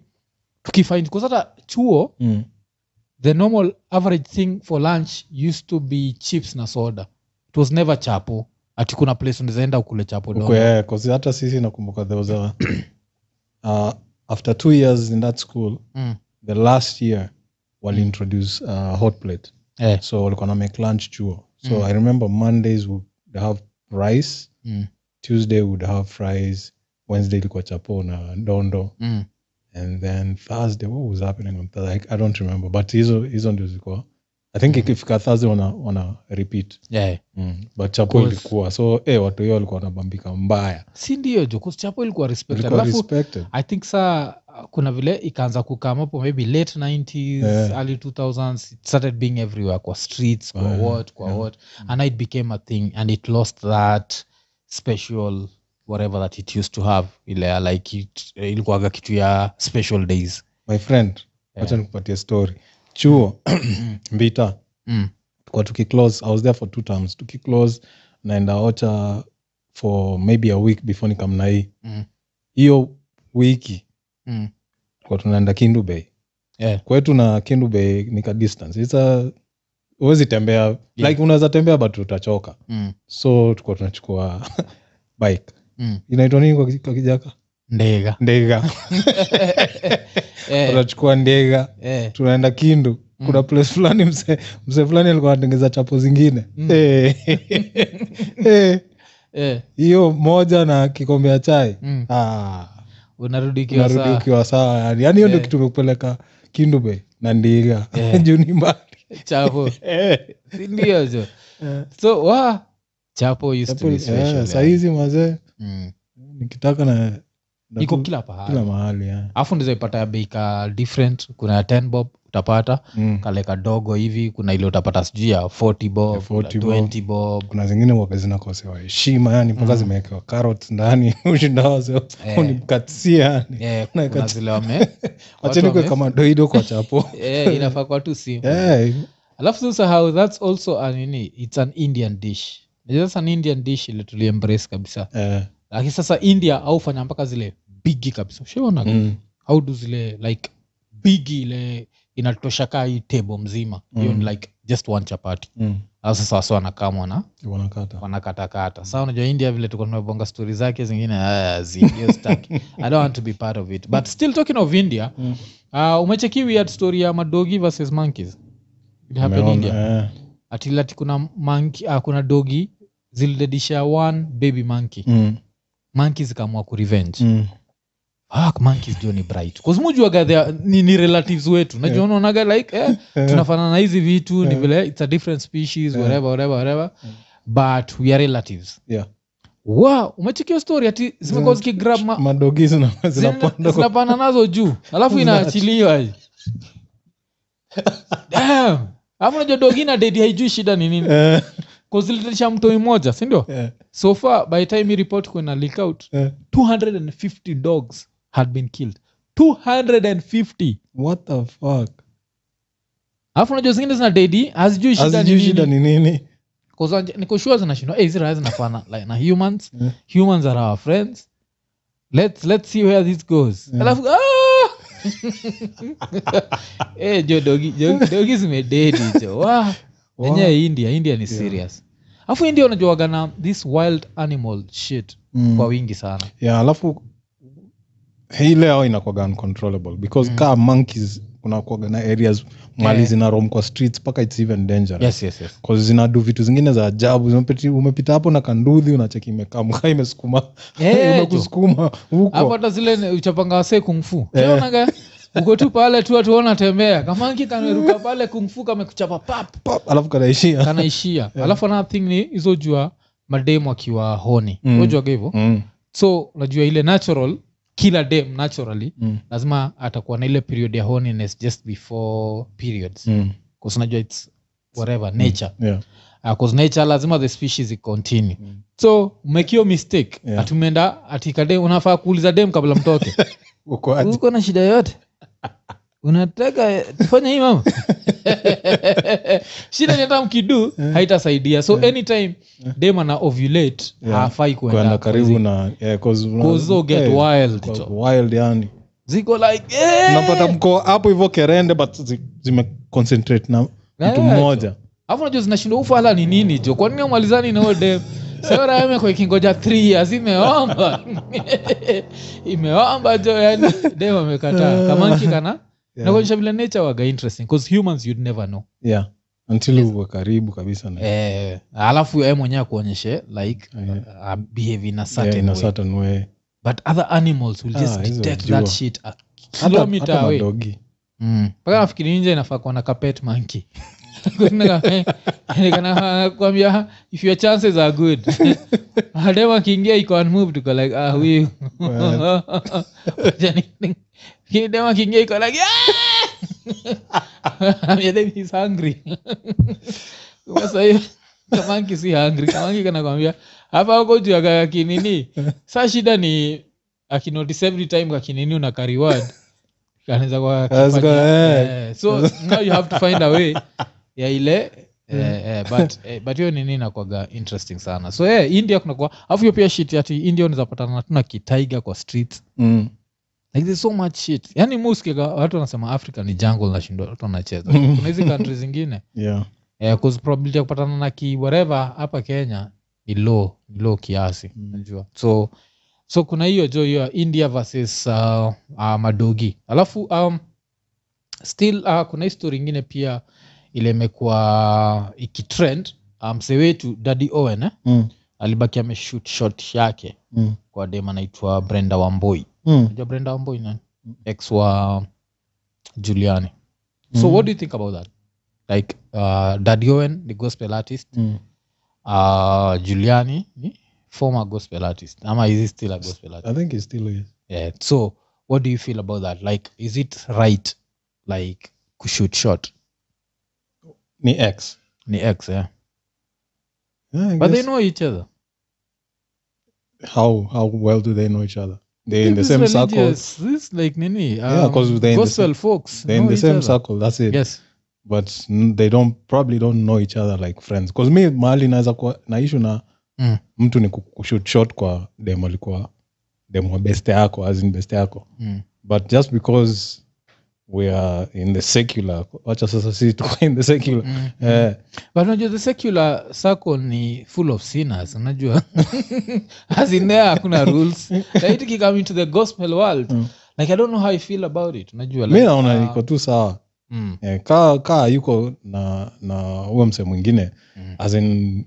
A: tukifind kwa hata chuo
B: Mm.
A: the normal average thing for lunch used to be chips na soda it was never chapo ati kuna place unawezaenda ukule chapo
B: Uko,
A: dondo
B: yeah, 'cause hata sisi nakumbuka there was a, <clears throat> uh, after two years in that school
A: mm.
B: the last year
A: Hmm.
B: waliintroduce uh, hot plate
A: eh.
B: so walikuwa na make lunch chuo so
A: Mm.
B: i remember mondays would have rice
A: mm.
B: tuesday would have fries wednesday ilikuwa chapo na dondo
A: mm.
B: and then thursday what was happening on thursday I- i don't remember but hizo hizo ndio zilikuwa i think
A: Mm.
B: ikifika thursday wana, wana repeat
A: yeah.
B: mm. but chapo
A: Because-
B: ilikuwa so eh watu hiyo walikuwa wanabambika mbaya
A: si ndio jo 'cause chapo ilikuwa respected
B: ilikuwa
A: alafu
B: respected
A: i think saa uh, kuna vile ikaanza kukamapo maybe late 90s
B: Yeah.
A: early 2000s it started being everywhere kwa streets kwa
B: Yeah,
A: what kwa
B: yeah.
A: what and it became a thing and it lost that special whatever that it used to have ile ya like it, eh, ilikuwaga kitu ya special days
B: my friend
A: Yeah.
B: wacha nikupatie story chuo <clears throat> mbita
A: mm.
B: kwa tukiclose i was there for two terms tukiclose naenda ocha for maybe a week before nikam na hii
A: Mm.
B: hiyo wiki
A: Mm.
B: kwa tunaenda kindu bay
A: Yeah.
B: kwetu na kindu bay ni ka distance It's a huwezi tembea like unaweza tembea but utachoka
A: Mm.
B: so tukuwa tunachukua <laughs> bike
A: Mm.
B: inaitwa nini kwa ki- kwa kijaka <laughs>
A: ndega
B: ndega
A: eh,
B: tunachukua ndega
A: eh.
B: tunaenda kindu
A: Mm.
B: kuna place fulani mse, mse fulani alikuwa anatengeza chapo zingine
A: Mm.
B: Eh. <laughs> Eh.
A: Eh.
B: hiyo moja na kikombe ya chai
A: Mm.
B: Ah,
A: unarudi ukiwa
B: unarudi
A: sawa.
B: ukiwa sawa yani yani hiyo ndio
A: Eh.
B: kitu imekupeleka kindube na ndiga
A: Eh.
B: <laughs> juu ni mbali
A: chapo
B: Eh.
A: Si ndio jo so wa chapo used to be
B: Hapo-
A: special,
B: eh,
A: yeah.
B: sahizi mazee
A: Mm.
B: nikitaka na na
A: iko
B: tu-
A: kila
B: kila
A: pahali
B: mahali yeah.
A: alafu ndizo ipata ya bei ka different kuna ya 10 bob utapata
B: mm.
A: kale kadogo hivi kuna ile utapata sijui ya 40 bob
B: Ya 40
A: kuna 20
B: <laughs>
A: bob
B: kuna zingine waga zinakosewa heshima yani mpaka
A: Mm.
B: zimewekewa carrot ndani <laughs> ushindawase
A: Eh.
B: unikatia yani
A: Eh,
B: Kuna
A: kuna
B: kati-
A: zile
B: <laughs>
A: wame watu
B: wacheni kwe
A: wame-
B: kama doido kwa chapo
A: <laughs> Eh,
B: <laughs>
A: inafaa kwa tu simu
B: Eh,
A: alafu si usahau thats also anini its an indian dish Unajua sasa ni indian dish ile tuliembrace kabisa
B: eh,
A: lakini sasa india aufanya mpaka zile bigi kabisa ushaona
B: mm,
A: au do zile like bigi ile inatosha kaa hii tebo mzima hiyo
B: Mm.
A: ni like just one chapati
B: mm,
A: au sasa wasi wanakamwa na
B: wanakata
A: wanakatakata
B: Mm.
A: saa unajua india vile tuko tunabonga stori zake zingine ah, zi- hiyo
B: <laughs>
A: sitaki. i don't want to be part of it but still talking of india
B: Mm.
A: uh, umecheki weird story ya madogi versus monkeys it happened
B: Umeona,
A: india
B: eh,
A: atilati kuna monkey, ah, kuna dogi zilidedisha one baby monkey
B: mm,
A: monkey zikaamua kurevenge
B: mm,
A: ah, monkeys ndio ni bright kuzmujuaga ni, ni relatives wetu najua
B: Yeah.
A: unaonaga like eh,
B: eh,
A: tunafanana na hizi vitu ni
B: Yeah.
A: vile it's a different species
B: Yeah.
A: whatever whatever whatever
B: Yeah.
A: but we are relatives
B: Yeah.
A: wow umechikia story ati zimekuwa
B: Zina-
A: zikigrab ma-
B: madogi zina-
A: zina-
B: zinapanda kwa-
A: zinapanda nazo juu alafu
B: <laughs> Zina-
A: inaachiliwa Damn. Alafu unajua dogina dedi haijui shida ni
B: <laughs>
A: nini
B: eh,
A: kuzilitesha mtoi moja sindio
B: eh,
A: so far by the time report kuna leak out
B: eh.
A: 250 dogs had been killed 250
B: what the fuck
A: alafu unajua zingine zina dedi hazijui shida ni
B: hazijui shida
A: nini
B: ni nini
A: Cause wanje- niko sure zinashindwa hey, hizi raha zinafana like, na humans
B: Yeah.
A: humans are our friends let's, let's see where this goes
B: Yeah.
A: alafu ah! <laughs> Eh, jo dogi jo- dogi zimededi jo Wah.
B: Wow.
A: enyewe india india ni
B: Yeah.
A: serious alafu india unajuaga na this wild animal shit
B: Mm.
A: kwa wingi sana
B: yeah, alafu ile yao inakwaga uncontrollable because
A: Mm. Eh.
B: kaa monkeys unakwaga na areas mali
A: Yeah.
B: zina roam kwa streets mpaka its even dangerous
A: yes, yes, yes.
B: 'Cause zinadu vitu zingine za ajabu Umepiti- umepita hapo na kanduthi unacheki imekamka imesukuma
A: <laughs>
B: <laughs>
A: Eh,
B: imekusukuma
A: hapo
B: huko
A: hata zile uchapanga wasee kungfu
B: Eh.
A: naga uko tu pale tu atuona tembea kamanki kameruka pale kungfu kamekuchapa pap
B: Pop, alafu
A: <laughs>
B: kanaishia
A: kanaishia alafu another thing ni hizo jua mademu akiwa honi
B: Mm.
A: mm. ojuaga hivo
B: Mm,
A: so unajua ile natural kila dem naturally
B: mm,
A: lazima atakuwa na ile period ya honiness just before periods mm.
B: mm,
A: unajua its whatever nature
B: yeah,
A: mm. nature lazima the species icontinue
B: mm,
A: so umekio mistake
B: Yeah.
A: yeah. atumeenda atikadem unafaa kuuliza dem kabla
B: <laughs>
A: mtoke
B: uko aje?
A: uko na shida yote unataka tufanye hii mama shida ni hata mkidu
B: Yeah.
A: haitasaidia so anytime
B: Yeah.
A: dem ana ovulate
B: Eh. Yeah.
A: hafai
B: kwenda
A: kuenda
B: karibu na yeah, 'cause una-
A: kuzo get
B: eh,
A: wild
B: kwa-
A: jo.
B: wild yani
A: ziko like eh!
B: unapata mko hapo hivyo kerende but zi- zimeconcentrate na mtu
A: Yeah,
B: mmoja
A: alafu najua zinashindwa ufa hala ni nini jo kwanini amalizani na huyo dem seoraemekwa ikingoja th years imeomba <laughs> imeomba jo yani dem amekataa kamanki kana
B: Eh. Yeah.
A: nakuonyesha vile nature waga interesting cause humans you'd never know
B: yeah until uwe karibu kabisa na
A: eh, alafu yeye mwenyewe akuonyeshe like
B: Yeah.
A: uh, behave in a
B: Eh. yeah,
A: certain
B: in a
A: way
B: certain way
A: but other animals will just
B: Ah, hizo
A: detect
B: jua.
A: that shit a
B: Hata-
A: kilometer
B: hata
A: away
B: madogi
A: Mm. mpaka nafikiri nje inafaa kuwa na kapet <laughs> manki kwambia if your chances are
B: <laughs>
A: good adem akiingia iko unmoved uko like ah Yaani, huyu <laughs>
B: Well.
A: Lakini dem akiingia iko <laughs> like "Ah!" Yeah, dem is hungry sasa hiyo <laughs> kamanki si hungry kamanki kanakwambia hapa uko juu ya kinini saa shida ni akinotice every time akinini unaka reward kanaweza kwa
B: That's
A: kifanya-
B: good, eh.
A: eh, so now you have to find a way ya
B: <laughs>
A: ile eh, eh, but eh, but hiyo nini inakwaga interesting sana so eh, india kunakuwa afu hiyo pia shit ati india unaweza patana na tuna kitaiga kwa street
B: mm.
A: like there's so much shit yani muskiga watu wanasema africa ni jungle nashindwa watu
B: <laughs>
A: wanacheza kuna hizi country zingine
B: yeah
A: eh, 'cause probability ya kupatana na ki whatever hapa kenya ni low ni low kiasi
B: Mm.
A: unajua so so kuna hiyo jo hiyo ya india versus uh, uh, madogi alafu um, still uh, kuna histori ingine pia ile imekuwa ikitrend uh, msee wetu dadi owen eh?
B: mm.
A: alibaki ameshoot shot yake
B: Mm.
A: kwa dem anaitwa brenda wamboi
B: Mm.
A: unajua brenda wamboi nani ex wa juliani so
B: Mm.
A: what do you think about that like uh, dadi owen the gospel artist
B: Mm.
A: uh, juliani ni former gospel artist ama is he still a gospel artist
B: i think it still is
A: yeah. so what do you feel about that like is it right like kushoot shot
B: ni x
A: ni ex yeah?
B: yeah, I
A: but they
B: guess.
A: know each other
B: how how well do they know each other they're in the
A: This
B: same
A: is
B: circle
A: religious, this like nini um,
B: Yeah, 'cause they're in the
A: gospel folks
B: they're in
A: know
B: the
A: each
B: same
A: other.
B: circle that's it
A: yes
B: but n- they don't probably don't know each other like friends bcause mi mahali naweza kuwa na ishu na
A: Mm.
B: mtu ni kushut shot kwa dem alikuwa dem wa beste yako asin beste yako
A: Mm.
B: but just because we are in the secular wacha sasa sisi tuko in the secular
A: Mm.
B: eh,
A: but unajua the secular circle ni full of sinners unajua <laughs> as in there hakuna rules laiti kikam into the gospel world
B: Mm.
A: like i don't know how i feel about it unajua
B: mi
A: like,
B: naona
A: ah,
B: niko tu sawa
A: mm,
B: eh, kaa kaa yuko na na huyo mse mwingine
A: mm.
B: as in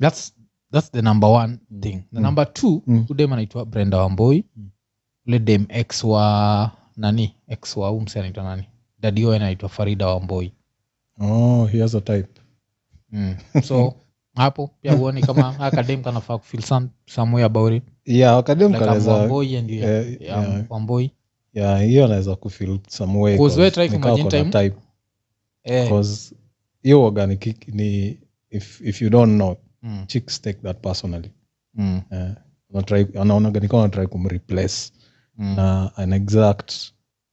A: that's, that's the number one thing the
B: Mm.
A: number two
B: Mm.
A: udem anaitwa brenda wamboi
B: Mm.
A: ule dem ex wa nani ex wa umse anaitwa nani dadio anaitwa farida wamboi
B: oh, he has a type
A: mm. so
B: <laughs>
A: hapo pia huoni kama akadem kanafaa kufil some, some way about it
B: yeah akadem
A: like I'm
B: kanaweza
A: wamboi and you are-
B: eh,
A: yeah, I'm
B: yeah.
A: wamboi
B: yeah hiyo anaweza kufil some way
A: Cause we try
B: ni kama
A: kumagine
B: ako na type
A: Eh,
B: 'Cause hiyo waga ni kick- ni if, if you don't know
A: mm,
B: chicks take that personally
A: mm,
B: eh, wanatry- anaonaga ni kama anatrai kumreplace
A: mm.
B: na an exact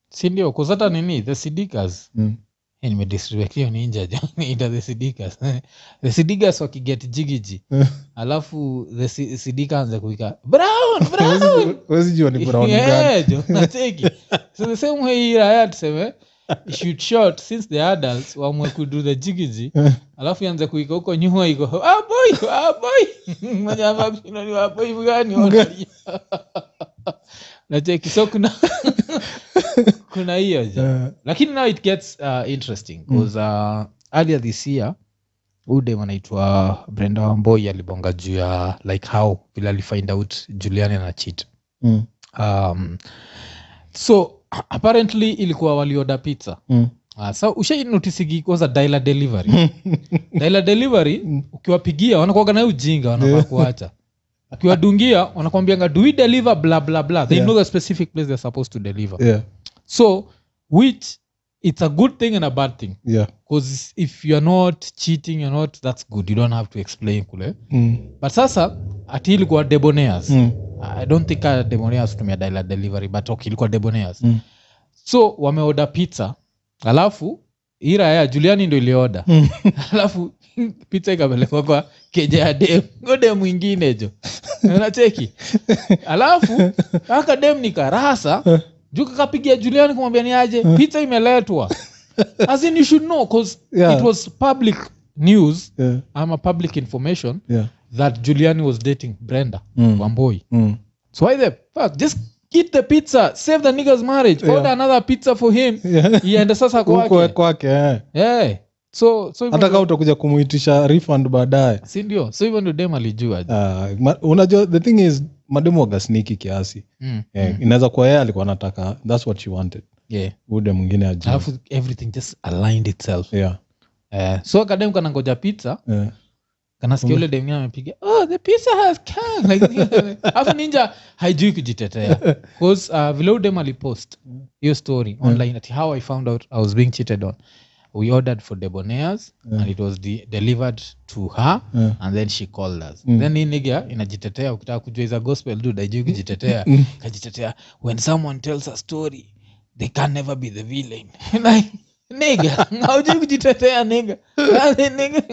A: si ndio kuzata nini the sidikas
B: mm.
A: Eh, nimedisrespect hiyo ninja <laughs> jaita the sidikas the sidikas wakiget jigiji
B: Eh.
A: alafu the si- sidika anza kuika
B: <laughs>
A: brown brown
B: Huwezi- huwezi jua ni brown gani.
A: Yeah, jo,
B: <laughs>
A: nateki. so the same way hii raya tuseme shoot short since the adults wamwe kudu the
B: <laughs>
A: jigiji alafu ianze kuika huko nyuma iko "Ah, boy ah, boy <laughs> Mwenye mabino ni wa boy gani <laughs> wanalia?" nacheki so
B: <laughs>
A: kuna kuna hiyo jo
B: Eh,
A: lakini now it gets uh, interesting because
B: Mm.
A: uh, earlier this year udem anaitwa brenda wamboi alibonga juu ya like how vile alifind out juliani na chit
B: mm,
A: um, so apparently ilikuwa walioda pizza
B: mm.
A: uh, so ushainotisigi kwanza daila
B: <laughs>
A: delivery daila delivery ukiwapigia wanakuaga nayo ujinga wanafaa
B: Yeah.
A: kuacha ukiwadungia wanakwambianga do we deliver bla bla bla they
B: Yeah.
A: know the specific place they're supposed to deliver
B: Yeah,
A: so which it's a good thing and a bad thing
B: yeah.
A: because if you're not cheating you're not that's good you don't have to explain kule
B: Mm,
A: but sasa ati ilikuwa deboneas
B: mm,
A: i don't think uh, deboneas kutumia dial delivery but okay ilikuwa deboneas
B: mm,
A: so wameoda pizza alafu ira ya juliani ndo
B: <laughs>
A: ilioda
B: mm.
A: alafu pizza ikapelekwa kwa keja ya dem ngode mwingine
B: <laughs>
A: jo unacheki alafu aka dem nikarasa juu kakapigia juliani kumwambia ni aje pizza imeletwa
B: <laughs>
A: as in you should know cause
B: Yeah.
A: it was public news
B: Yeah,
A: ama public information
B: yeah.
A: that juliani was dating brenda
B: Mm,
A: wamboi
B: mm.
A: so why the fuck just eat the pizza save the niggas marriage
B: Yeah.
A: order another pizza for him
B: Yeah.
A: iende
B: <laughs>
A: sasa
B: Huko
A: kwake
B: kwake eh.
A: Eh, so so hivyo
B: hata
A: ndo-
B: kaa utakuja kumuitisha refund baadaye
A: si ndio so hivyo ndio dem alijua
B: Ah, ma- unajua the thing is mademu waga sneaky kiasi
A: Mm,
B: Eh,
A: mm,
B: inaweza kuwa yeye alikuwa anataka thats what she wanted
A: yeah.
B: ude mwingine ajui.
A: alafu everything just aligned itself
B: Yeah,
A: Eh, so kadem kanangoja pizza
B: eh.
A: kanasikia ule demngine amepiga oh, the pizza has come
B: <laughs>
A: Like, alafu ninja haijui kujitetea bcause uh, vile udem alipost hiyo story online ati how i found out i was being cheated on we ordered for debonaires
B: Yeah.
A: and it was de delivered to her
B: Yeah.
A: and then she called us
B: Mm.
A: then hii niga inajitetea ukitaka kujua is a gospel dude haijui kujitetea
B: Mm.
A: kajitetea when someone tells a story they can never be the villain <laughs> like nigga haujui kujitetea nigga Yaani, nigga <laughs>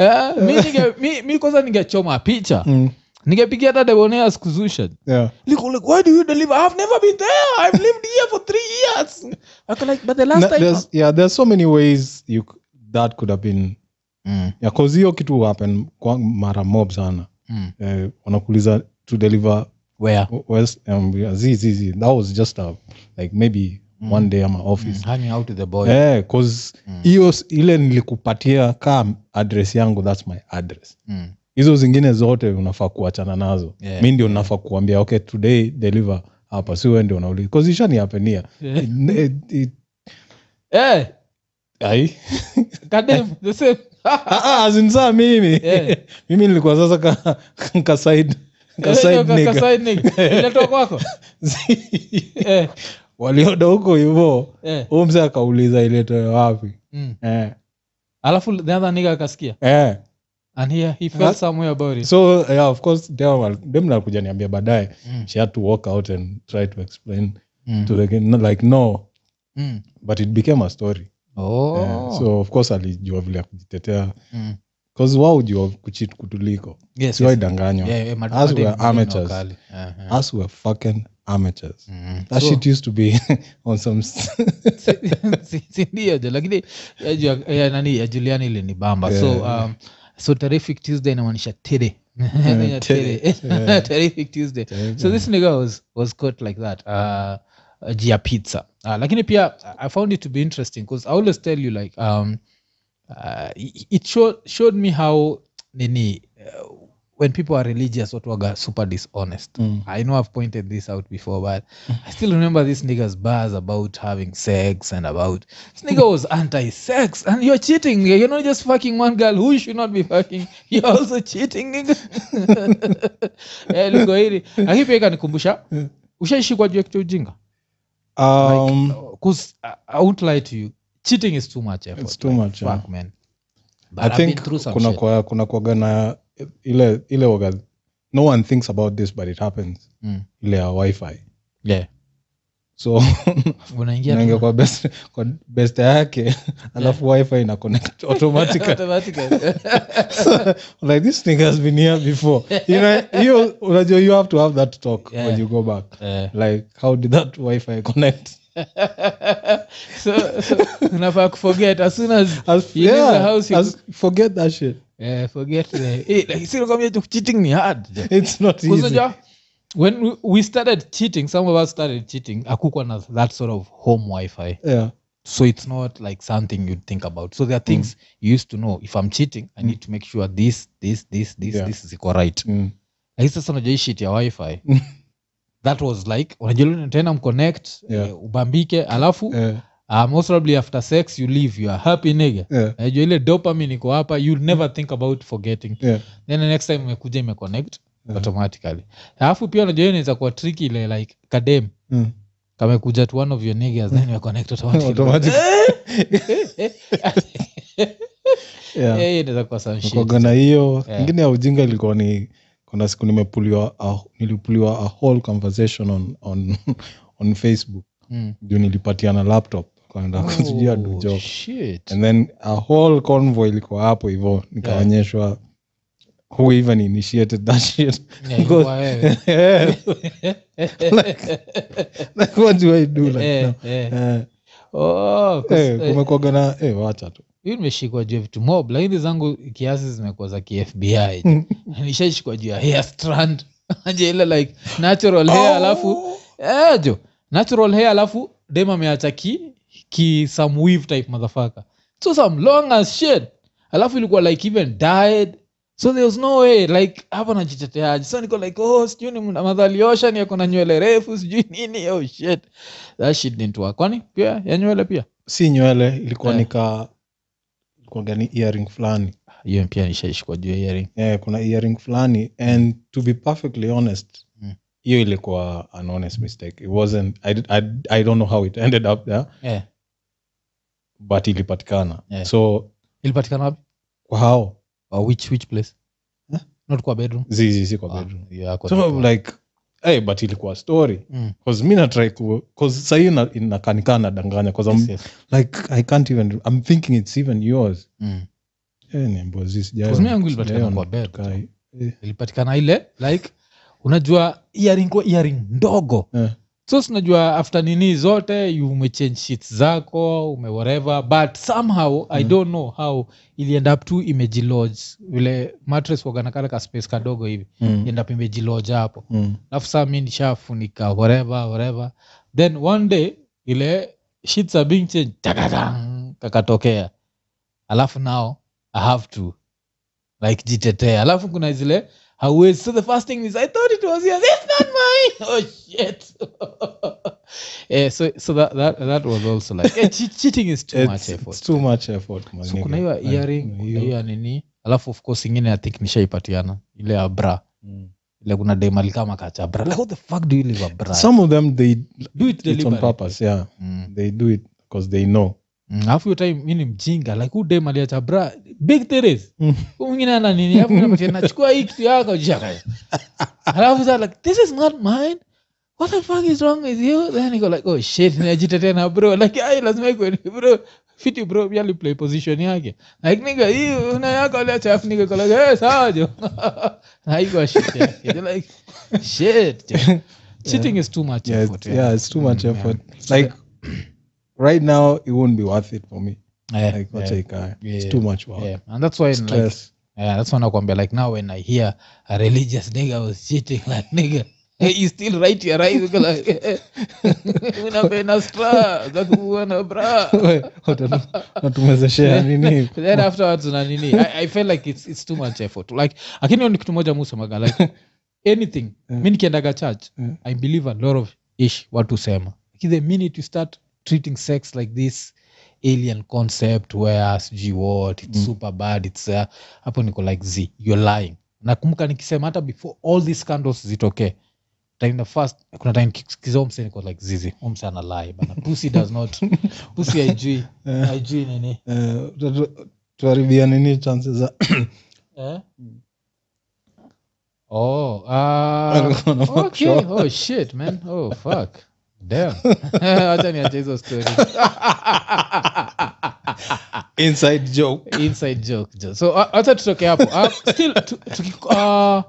A: Ah, mi ninge- mi- mi kwanza ningechoma picha
B: Mm,
A: ningepigia hata deboneas kuzusha
B: yeah.
A: Like, like, why do you deliver? I've never been there. I've lived here for three years. Okay, like, but the last
B: Na-
A: time.
B: there's- yeah, there's so many ways you, c- that could have been
A: Mm,
B: yeah, 'cause hiyo kitu happen kwa mara mob sana
A: mm.
B: eh, wanakuuliza to deliver
A: Where?
B: where's- um, yeah, zi- zi- zi. that was just a, like maybe one day ama office
A: Mm, hanging out with the boy.
B: Eh, 'cause
A: Mm.
B: hiyo s- ile nilikupatia kaa address yangu thats my address
A: Mm,
B: hizo zingine zote unafaa kuachana nazo
A: Yeah.
B: mi ndio nafaa kuambia okay today deliver hapa si we ndio unauliza
A: <laughs>
B: kazishaniapenia
A: Yeah. Eh, <laughs> goddamn, the same.
B: Ah, azinsaa mimi
A: Yeah.
B: <laughs> mimi nilikuwa sasa ka, ka side, ka
A: Eh, <laughs> ndio,
B: side
A: ka-
B: <laughs> nigga.
A: kaside nigga. Ilitoka kwako? Eh,
B: walioda huko hivo
A: eh,
B: huu mse akauliza iletoe wapi
A: mm.
B: eh.
A: alafu the other nigga akasikia
B: Eh.
A: and he, he
B: Huh?
A: felt some way about it
B: so yeah, of course demnakuja niambia baadaye
A: Mm,
B: she had to walk out and try to explain
A: mm.
B: to the kid, no, like no
A: Mm.
B: but it became a story
A: Oh.
B: Eh, so of course alijua vile ya kujitetea
A: Mm.
B: bcause wao ujua kuchit kutuliko
A: Yes, yes.
B: siwaidanganywa
A: Yeah, yeah, madu-
B: Us
A: madu-
B: were
A: madu-
B: amateurs.
A: wakali. Aha.
B: us were fucking amateurs
A: Uh-huh. Mm.
B: that
A: So- <laughs>
B: shit used to be <laughs> on some s-
A: Si- sindio jo lakini ya ju- ya nani ya juliani ile ni bamba so
B: Yeah.
A: um, so terrific tuesday inamaanisha tede <laughs> Ya
B: tede,
A: tede.
B: yeah.
A: <laughs> Terrific tuesday <laughs> so this nigga was, was caught like that uh, uh, juu ya pizza uh, lakini pia i found it to be interesting because i always tell you like um, uh, it- it showed, showed me how nini uh, when people are religious watu waga super dishonest
B: Mm.
A: I know I've pointed this out before, but I still remember this nigga's bars about having sex and about this nigga was anti-sex and you're cheating. nigga. You're not just fucking one girl who you should not be fucking. You're also cheating, nigga. <laughs> Eh, liko hili. Lakini pia ikanikumbusha ushaishi kwa juu ya kichwa ujinga.
B: um,
A: like, 'cause I, I won't lie to you. Cheating is too much effort.
B: It's too
A: like,
B: much, yeah.
A: Fuck, man. But
B: i
A: I've been
B: think
A: through some
B: kuna
A: shit.
B: kwa kuna kwaga na ile ile waga no one thinks about this but it happens
A: Mm.
B: ile ya wifi
A: Yeah.
B: so <laughs>
A: Unaingia tu
B: naingia kwa best kwa best yake alafu wifi ina connect automatically
A: <laughs>
B: <laughs>
A: automatically.
B: like this thing has been here before you know you unajua you have to have that talk
A: Yeah.
B: when you go back
A: Eh.
B: like how did that wifi connect
A: so, so unafaa kuforget as soon as
B: as,
A: You leave the
B: yeah,
A: house, you-
B: as, forget that shit
A: eh, forget the- eh, like, si nakwambia tu cheating ni hard
B: it's not easy
A: Kuzoja, when we- we started cheating some of us started cheating akukwa na that sort of home wifi
B: yeah
A: so it's not like something you'd think about so there are things
B: Mm.
A: you used to know if i'm cheating i need to make sure this this this this
B: Yeah.
A: this ziko right
B: mm.
A: lakini sasa unajua hii shit ya
B: <laughs>
A: wifi that was like unajua tena mconnect
B: Yeah.
A: eh, ubambike alafu
B: yeah,
A: uh, most probably after sex you leave you are happy nigga
B: yeah,
A: najua ile dopamine iko hapa you'll never think about forgetting
B: yeah.
A: then the next time imekuja imeconnect
B: Yeah.
A: automatically alafu pia unajua hiyo inaweza kuwa trick ile like kadem
B: Mm.
A: kamekuja to one of your niggas then imeconnect
B: <laughs>
A: automatically
B: Automatic. Yeah.
A: Eh, inaweza kuwa some shit
B: Nakuwaga na hiyo
A: Yeah.
B: ingine ya ujinga ilikuwa ni kuna siku nimepuliwa a- nilipuliwa a whole conversation on, on, <laughs> on facebook
A: Mm.
B: juu nilipatiana laptop kaenda kujia
A: Oh,
B: dujo
A: shit.
B: and then a whole convoy ilikuwa hapo hivo nikaonyeshwa who even initiated that shit <laughs>
A: Yeah,
B: Because-
A: ilikuwa wewe.
B: Yeah. Like- like what do i do like
A: Eh,
B: now?
A: eh.
B: Eh,
A: Oh, 'cause,
B: eh,
A: eh,
B: kumekuwaga na eh, wacha tu
A: hiyo nimeshikwa juu ya vitu mob lakini zangu kiasi zimekuwa za kifbi nishashikwa juu ya hair strand <laughs> aje ile like natural hair
B: Oh!
A: alafu eh, jo natural hair alafu dem ameacha ki, ki some weave type motherfucker so some long as shit alafu ilikuwa like even died so there was no way like hapa najiteteaji so niko like oh sijui ni madhaliosha ni ako na nywele refu sijui <laughs> nini oh shit that shit didn't work kwani pia ya nywele pia
B: si nywele ilikuwa
A: Eh.
B: nika ilikuwaga ni earring fulani
A: hiyo pia nishaishikwa juu ya earring
B: yeah, Eh, kuna earring fulani and to be perfectly honest
A: Mm.
B: hiyo ilikuwa an honest mistake it wasn't I, did- I, i don't know how it ended up there
A: eh
B: but ilipatikana
A: Yeah.
B: so
A: ilipatikana wapi
B: kwa hao
A: or which which place
B: Huh?
A: not kwa bedroom
B: zizisi Eh? kwa
A: Ah,
B: bedroom
A: yeah, kwa
B: so
A: bedroom.
B: like hey, but ilikuwa story
A: Mm.
B: bcause mi natry ku bcause sahii ina- inakanikaa nadanganya bcause
A: Yes,
B: I'm,
A: yes.
B: like i can't even i'm thinking it's even yours
A: Mm.
B: Eh, ni mbozi, sijaona-
A: Bcause mi yangu ilipatikana
B: sijaona
A: kwa bed.
B: kai.
A: ilipatikana ile like unajua earring kwa earring ndogo
B: Eh,
A: so sinajua after nini zote you umechange sheets zako ume whatever but somehow i
B: Mm.
A: don't know how iliend up to imejilodge vile mattress waganakale ka space kadogo hivi
B: mm,
A: end up imejilodge hapo
B: mm,
A: alafu saa mi nishafunika whatever whatever then one day ile sheets are being changed takadang, kakatokea alafu now i have to like jitetea alafu kuna zile hauwezi so the first thing is i thought it was yours it's not mine <laughs> oh shit <laughs> eh, so, so that, that, that was also like eh, che- cheating is too much
B: it's-
A: effort
B: it's too much effort, my
A: so
B: nigga.
A: kuna hiyo
B: Like,
A: earring
B: kuna
A: kuna
B: hiyo-
A: hiyo ya nini alafu of course ingine i think nishaipatiana ile ya bra
B: Mm.
A: like kuna dem alikaa makacha bra like what the fuck do you leave a bra
B: some of them they
A: do it
B: it's on
A: deliberately.
B: purpose yeah
A: Mm.
B: they do it because they know
A: Mm, alafu hiyo time mi ni mjinga like huu dem aliacha bra big teres
B: Mm.
A: Huyu mwingine ana nini alafu unapatia, nachukua hii kitu yako jaka alafu sa like this is not mine what the fuck is wrong with you then niko like oh shit najitetea na bro like ai lazima iko ni bro fiti bro pia aliplay position yake like nigga hii una yako ile chafu nigga iko like eh sawa jo <laughs> na iko shit yake They're like shit
B: <laughs>
A: jo. cheating is too much
B: yeah,
A: effort
B: it's, yeah, it's too much
A: Mm, yeah.
B: effort like <clears throat> right now it won't be worth it for me
A: Yeah,
B: like wacha
A: yeah,
B: ikae. it's
A: yeah,
B: too much work
A: yeah. and that's why like
B: stress <laughs>
A: Yeah, that's what nakwambia like now when I hear a religious nigga was cheating like nigga hey, you still right your eyes <laughs> uko like eh, eh, unapenda stra za kuona bra
B: Wewe, utatu- unatumezeshea nini
A: <laughs> then afterwards na nini I, I feel like it's, it's too much effort like lakini hiyo ni kitu moja musemaga
B: <laughs>
A: like anything
B: Yeah.
A: mi nikiendaga church
B: Yeah.
A: i believe a lot of ish watu husema Lakini the minute you start treating sex like this alien concept where sijui what it's
B: Mm.
A: super bad it's uh, hapo niko like z you're lying nakumbuka nikisema hata before all these scandals zitokee time the first kuna time nikisikiza huyo msee niko like zizi huyo msee ana lie bana pussy does
B: <laughs>
A: not pussy haijui
B: Eh,
A: haijui nini
B: eh, utatu- tuharibia nini chances za
A: Eh? Oh, uh, okay. Oh shit, man. Oh fuck. Damn. <laughs> Acha niache hizo story.
B: <laughs> inside joke
A: <laughs> Inside joke. jo- So uh, acha tutoke hapo. Uh, still tu- tuki uh,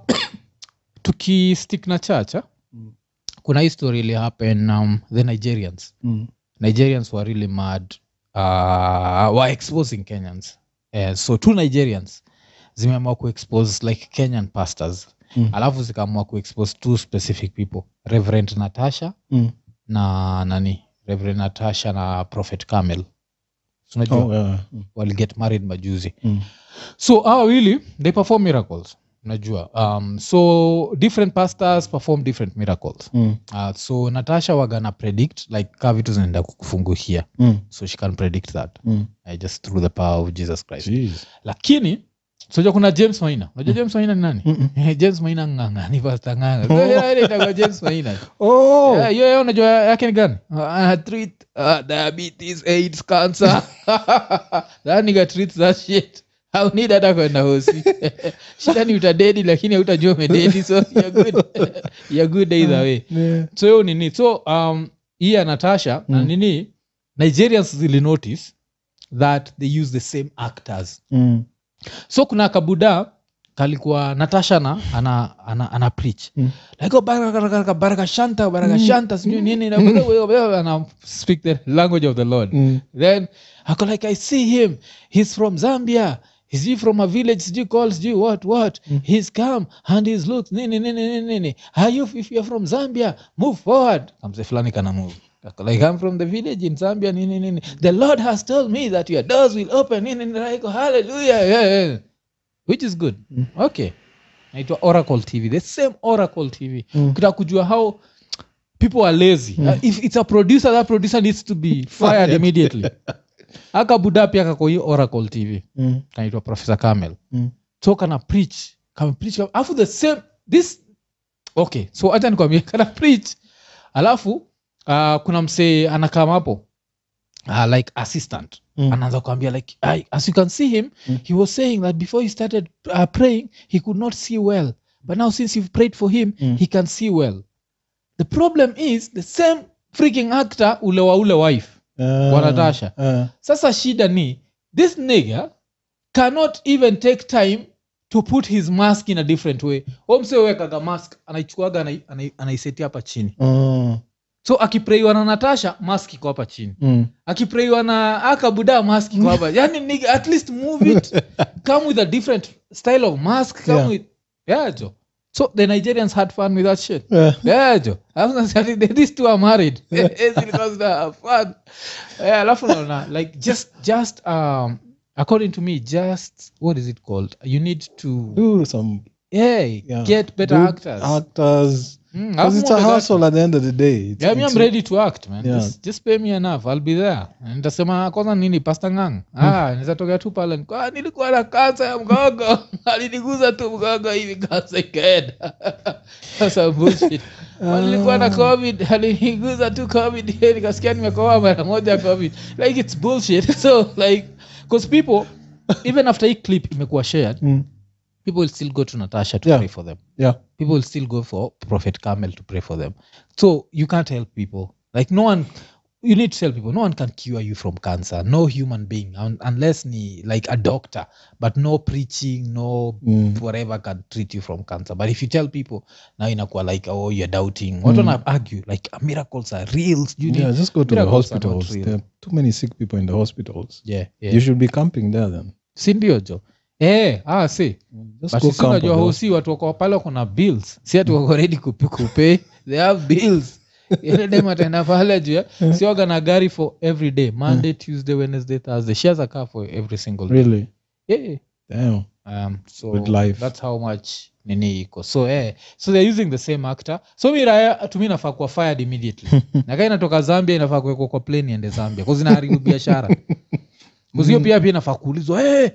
A: tuki stick na church. ah,
B: Mm.
A: Kuna hii story ili happen um, the Nigerians.
B: Mm,
A: Nigerians were really mad uh, were exposing Kenyans. Eh, so two Nigerians zimeamua kuexpose like Kenyan pastors
B: mm,
A: alafu zikaamua kuexpose two specific people reverend natasha
B: mm.
A: na nani reverend natasha na prophet camel sunajua
B: Oh, yeah. Mm,
A: waliget married majuzi
B: mm,
A: so hawa wawili they perform miracles najua um, so different pastors perform different miracles
B: mm,
A: uh, so natasha wagana predict like ka vitu zinaenda kukufungukia
B: mm,
A: so she can predict that
B: mm.
A: uh, just through the power of jesus christ
B: Jeez.
A: lakini soja kuna james maina unajua james maina ni nani
B: Mm, mm.
A: Eh, james maina nganga ni pasta nganga So, yeah, ile itakuwa james <laughs> maina
B: Oh,
A: Eh, hiyo yeye unajua yake ni gani Uh, ana treat uh, diabetes aids <laughs> cancer that nigga treats that shit haunid hata kwenda hosi <laughs> shida ni utadedi lakini hautajua umededi so you're <laughs> good you're good either way
B: yeah.
A: so hiyo nini so um hii ya natasha na
B: Mm.
A: nini nigerians zilinotice that they use the same actors
B: Mm,
A: so kuna kabuda kalikuwa natasha na ana, ana, ana preach
B: Mm.
A: like oh, baraka, baraka, baraka, baraka shanta baraka
B: Mm.
A: shanta sijui nini na ana speak the language of the lord
B: mm,
A: then ako like i see him he's from zambia Is he from a village sijui called sijui what what
B: Mm.
A: he's come and he's looked nini nini nini nini are you if you're from zambia move forward kamse fulani kana move Ako like i'm from the village in zambia nini nini the lord has told me that your doors will open nini nini Naiko, hallelujah yeah, yeah. which is good
B: Mm.
A: okay naitwa oracle tv the same oracle tv
B: mm.
A: kutaka kujua how people are lazy
B: Mm.
A: uh, if it's a producer that producer needs to be
B: <laughs>
A: fired
B: Fired.
A: immediately <laughs> aka buda pia kako hii oracle tv
B: Mm,
A: kanaitwa professor camel
B: mm.
A: so kana preach kama preach alafu the same this okay so hata nikwambia <laughs> kana preach alafu uh, kuna msee anakam hapo uh, like assistant
B: Mm.
A: anaanza kuambia like I, as you can see him
B: Mm.
A: he was saying that before he started uh, praying he could not see well but now since you've prayed for him
B: Mm.
A: he can see well the problem is the same freaking actor ule wa ule wife
B: Ah,
A: Wa Natasha.
B: ah.
A: sasa shida ni this nigger cannot even take time to put his mask in a different way omsewekaga mask anaichukuaga anai- anai- anaisetia hapa chini
B: Mm,
A: so akipraiwa na natasha mask iko hapa chini
B: mm.
A: akipraiwa na akabuda mask iko hapa yani nigga, at least move it come with a different style of mask come
B: Yeah.
A: with yeah jo so the nigerians had fun with that shit
B: Eh,
A: yeah jo Alafu nasema, these two are
B: <laughs>
A: married <laughs> Eh, because they are fun yeah alafu naona like just just um according to me just what is it called you need to
B: do some
A: yeah,
B: yeah.
A: get better
B: Do
A: actors
B: actors
A: Mm, alafu
B: 'Cause it's a
A: muongeze actors.
B: hustle at the end of the day It's-
A: Yeah, me
B: it's-
A: I'm ready to act, man.
B: Yeah.
A: Just, just pay me enough. I'll be there. Nitasema kwanza nini pasta ngang.
B: Hmm.
A: Ah, nizatokea tu pale. niko, Ah, nilikuwa na kansa ya mgongo. <laughs> Aliniguza tu mgongo hivi kansa ikaenda. <laughs> Sasa bullshit. Ah, Nilikuwa na COVID. Aliniguza tu COVID. <laughs> Nikasikia nimekoa mara moja COVID. Like it's <laughs> bullshit. So like cause people even after hii clip imekuwa shared
B: Mm,
A: people will still go to natasha to
B: Yeah.
A: pray for them
B: Yeah.
A: people will still go for prophet carmel to pray for them so you can't help people like no one you need to tell people no one can cure you from cancer no human being un- unless ni like a doctor but no preaching no
B: Mm.
A: whatever can treat you from cancer but if you tell people now inakuwa like oh you're doubting what mm. argue like miracles are real you
B: Yeah,
A: need
B: just go to the
A: miracles are not
B: hospitals.
A: real.
B: There are too many sick people in the hospitals.
A: yeah, yeah.
B: You should be camping there then.
A: sindio jo Eh, ah, si
B: Just
A: But
B: go
A: sisi
B: camp. at
A: unajua
B: the
A: hosi watu wako pale wako na bills si ati
B: Mm.
A: wako ready kupi- kupay they have bills Yule dem ataenda pale juu
B: Eh.
A: ya- si waga na gari for every day monday tuesday wednesday thursday she has a car for every single
B: hospital.
A: day
B: Mm. Really?
A: yeah.
B: Damn.
A: um, so
B: Good life.
A: that's how much nini iko so eh, so they're using the same actor so mi raya tumi inafaa kuwa fired
B: <laughs>
A: immediately na kaa inatoka zambia inafaa kuwekwa kwa plane iende zambia kause inaharibu
B: <laughs>
A: biashara
B: Mm.
A: kuzio pia pia inafaa kuulizwa hey,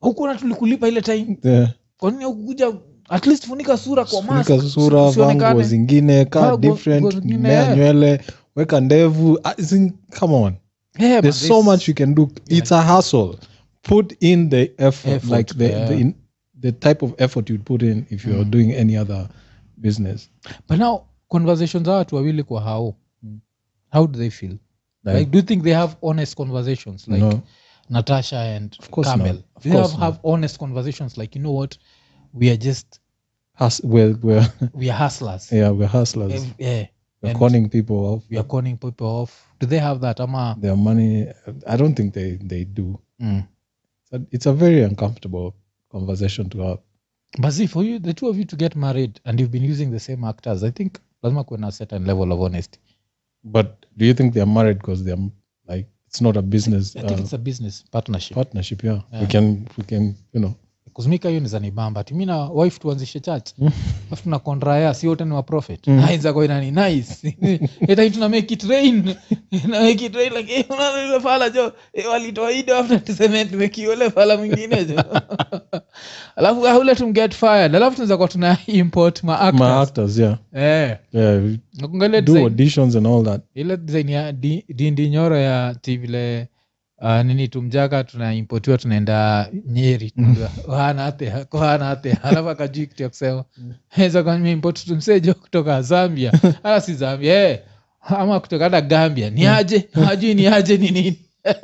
A: hukuna tulikulipa ile time
B: Yeah.
A: kwa nini hukukuja at least funika sura kwa mask,
B: Funika sura,
A: usi-
B: vaa nguo
A: usionekane."
B: zingine,
A: Vaa
B: kaa
A: nguo- nguo
B: different,
A: zingine,
B: mea
A: yeah.
B: nywele, weka ndevu. Ah, it's in- Come on.
A: Yeah, but
B: there's
A: Eh, this-
B: so much you can do it's a hustle put in the effort,
A: Effort,
B: like the,
A: yeah. Mm.
B: the, in, the type of effort you'd put in if you're doing any other business
A: but now conversation za watu wawili kwa hao how do they feel like,
B: Like-
A: do you think they have honest conversations like
B: no
A: Natasha and
B: Of course
A: Carmel.
B: not. Of
A: they
B: course
A: have, have honest conversations like, you know what, we are just
B: Hus- we're, we're <laughs>
A: we are hustlers.
B: yeah we're hustlers
A: Ev- yeah.
B: we're
A: and-
B: conning people off
A: We are conning people off. Do they have that? Ama
B: their money i don't think they they do
A: mm.
B: But it's a very uncomfortable conversation to have
A: but see for you, the two of you to get married and you've been using the same actors, I think lazima kuwe na certain level of honesty.
B: but do you think they're married because they're like it's not a business
A: I think
B: uh,
A: it's a business partnership.
B: partnership yeah. we
A: Yeah.
B: can we can you know
A: kuzimika hiyo ni zanibamba ti mi na wife tuanzishe church afu tuna kondraya si wote ni waprofet
B: Mm.
A: nani nice <laughs> etai tuna make it rain <laughs> na make it rain like eh, <laughs> unaona ile fala jo eh, walitoa hii dawa after tuseme tumekiwa ile fala mwingine jo <laughs> alafu ah, ule tum get fired alafu tunaweza kuwa tuna import ma actors.
B: my actors yeah
A: eh
B: yeah we
A: na kuangalia
B: do
A: design-
B: auditions and all that
A: ile design ya di- dindi nyoro ya ti vile uh, nini tumjaka tunaimpotiwa tunaenda nyeri hanate <laughs> alafu akajui kitu ya kusema zakaimpoti tumsejo kutoka zambia hala si zambia eh, ama kutoka hata gambia ni aje hajui ni aje ni nini <laughs>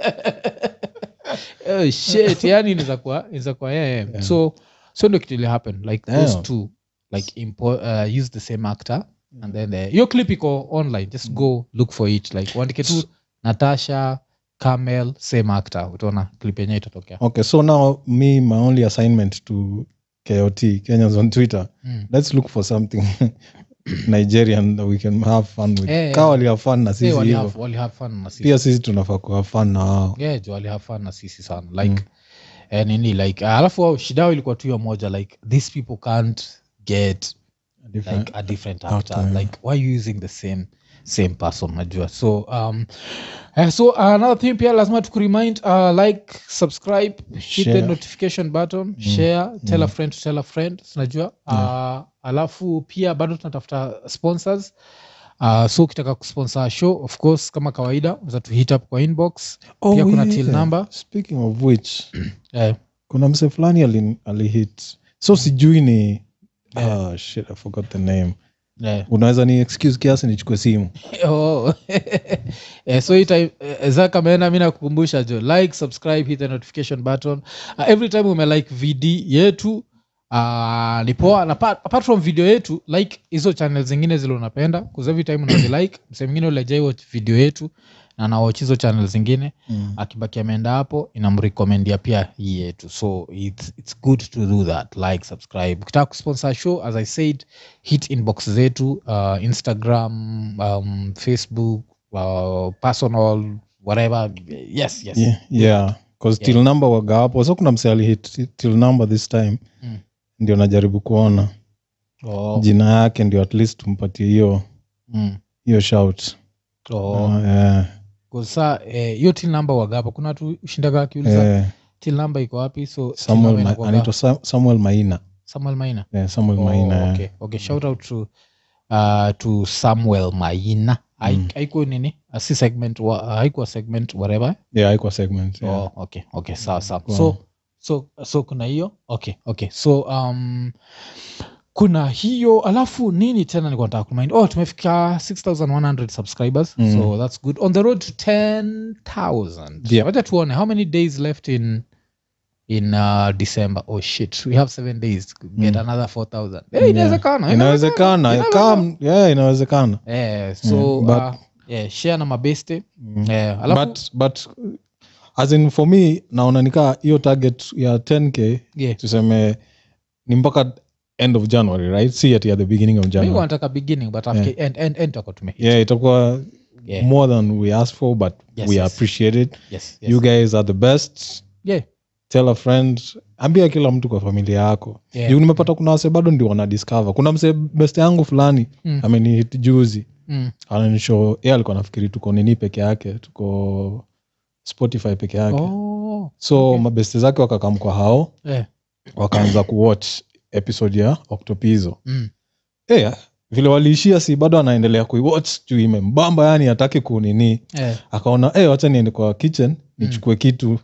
A: oh, shit yani inaweza kuwa inaweza kuwa yeah, yeah.
B: Yeah.
A: so so ndio kitu ile happen like those
B: Yeah.
A: two like impo, uh, use the same actor and then uh, your clip iko online just go look for it like uandike tu natasha camel same actor utaona clip yenyewe itatokea
B: Okay, so now me, my only assignment to KOT, Kenyans on Twitter,
A: mm.
B: let's look for something <laughs> Nigerian that we can have fun with.
A: Eh.
B: Kaa walihave fun na
A: hey,
B: sisi
A: wali
B: hivo.
A: have, wali have fun na sisi
B: Pia sisi tunafaa kuhave fun na wao.
A: yeah, jo alihave fun na sisi sana like eh, nini like ah, alafu wao shida yao ilikuwa tu hiyo moja like these people can't get
B: Different.
A: like a different actor
B: Actor, yeah.
A: like why you using the same same person najua so um eh, so uh, another thing pia lazima tukuremind uh, like subscribe hit the
B: Share.
A: notification button share tell a friend to tell a friend sinajua uh, alafu pia bado tunatafuta sponsors Uh, so ukitaka kusponsor show of course kama kawaida unaweza tu hit up kwa inbox
B: Oh,
A: pia kuna
B: yeah.
A: till number
B: Speaking of which,
A: <clears throat> eh,
B: kuna mse fulani ali- alihit. So sijui ni Ah, shit, I forgot the name.
A: eh.
B: Unaweza ni excuse kiasi nichukue simu.
A: <laughs> Oh. Eh, so hii time eh, zaka maena mi nakukumbusha jo like subscribe hit the notification button uh, every time umelike vd yetu uh, ni poa na apart, apart from video yetu like hizo channel zingine zile unapenda kuza every time <coughs> unazilike msee mwingine ulejaiwatch video yetu na nawach hizo channel zingine akibaki ameenda hapo inamrekomendia pia hii yetu so it's, it's good to do that like subscribe ukitaka kusponsor show as i said hit inbox zetu uh, instagram um, facebook uh, personal whatever yes yes
B: yeah, yeah. cause
A: Yeah.
B: till number waga hapo so kuna mse alihit till number this time
A: Mm.
B: ndio najaribu kuona
A: oh,
B: jina yake ndio at least tumpatie hiyo
A: mm,
B: hiyo shout
A: oh.
B: Ah, eh,
A: Kwa saa, eh, hiyo till number wagapa kuna watu shindaga akiuliza
B: eh,
A: till number iko wapi so till
B: Samuel
A: number
B: Ma-
A: inakuwaga-
B: anaitwa Sa- Samuel Maina
A: Samuel maina
B: Eh, Samuel
A: Oh,
B: Maina eh.
A: okay. okay shout out to uh, to samuel maina
B: Mm.
A: haikuwa nini Ah, si segment wa- ah, haikuwa segment whatever
B: yeah haikuwa segment yeah.
A: oh, okay okay sawa sawa
B: Kwa-
A: so so, so kuna hiyo okay okay so um, kuna hiyo alafu nini tena nilikuwa nataka kumind oh tumefika 6100 subscribers
B: Mm.
A: so that's good on the road to 10000
B: Yeah.
A: wacha tuone how many days left in in uh, december oh shit we have seven days to get
B: Mm.
A: another 4000 hey, inawezekana
B: inawezekana
A: inawezekana.
B: kam- yeah, inawezekana
A: eh, so
B: Mm, but-
A: uh, yeah, share na mabeste
B: Mm.
A: eh, alafu
B: but, but as in for me naona nikaa hiyo target ya 10k
A: yeah.
B: tuseme ni mpaka end of january right si at the beginning of
A: mi
B: january
A: wanataka beginning but
B: Yeah.
A: after end end end tuko tume
B: yeah itakuwa
A: yeah.
B: more than we asked for but
A: Yes,
B: we
A: yes.
B: appreciate it
A: yes, yes.
B: you guys are the best
A: yeah.
B: tell a friend ambia kila mtu kwa familia yako
A: Yeah.
B: juu nimepata kuna wase bado ndio wanadiscover kuna mse best yangu fulani
A: Mm.
B: amenihit juzi
A: Mm.
B: ananisho ye alikuwa nafikiri tuko nini peke yake tuko spotify peke yake
A: Oh,
B: so
A: okay.
B: mabeste zake wakakam kwa hao
A: eh,
B: wakaanza kuwatch episode ya octopizo
A: mm.
B: Eh, vile waliishia si bado anaendelea kuiwatch juu imembamba yani hataki kunini
A: eh,
B: akaona hey, wacha niende kwa
A: Mm.
B: kitchen nichukue kitu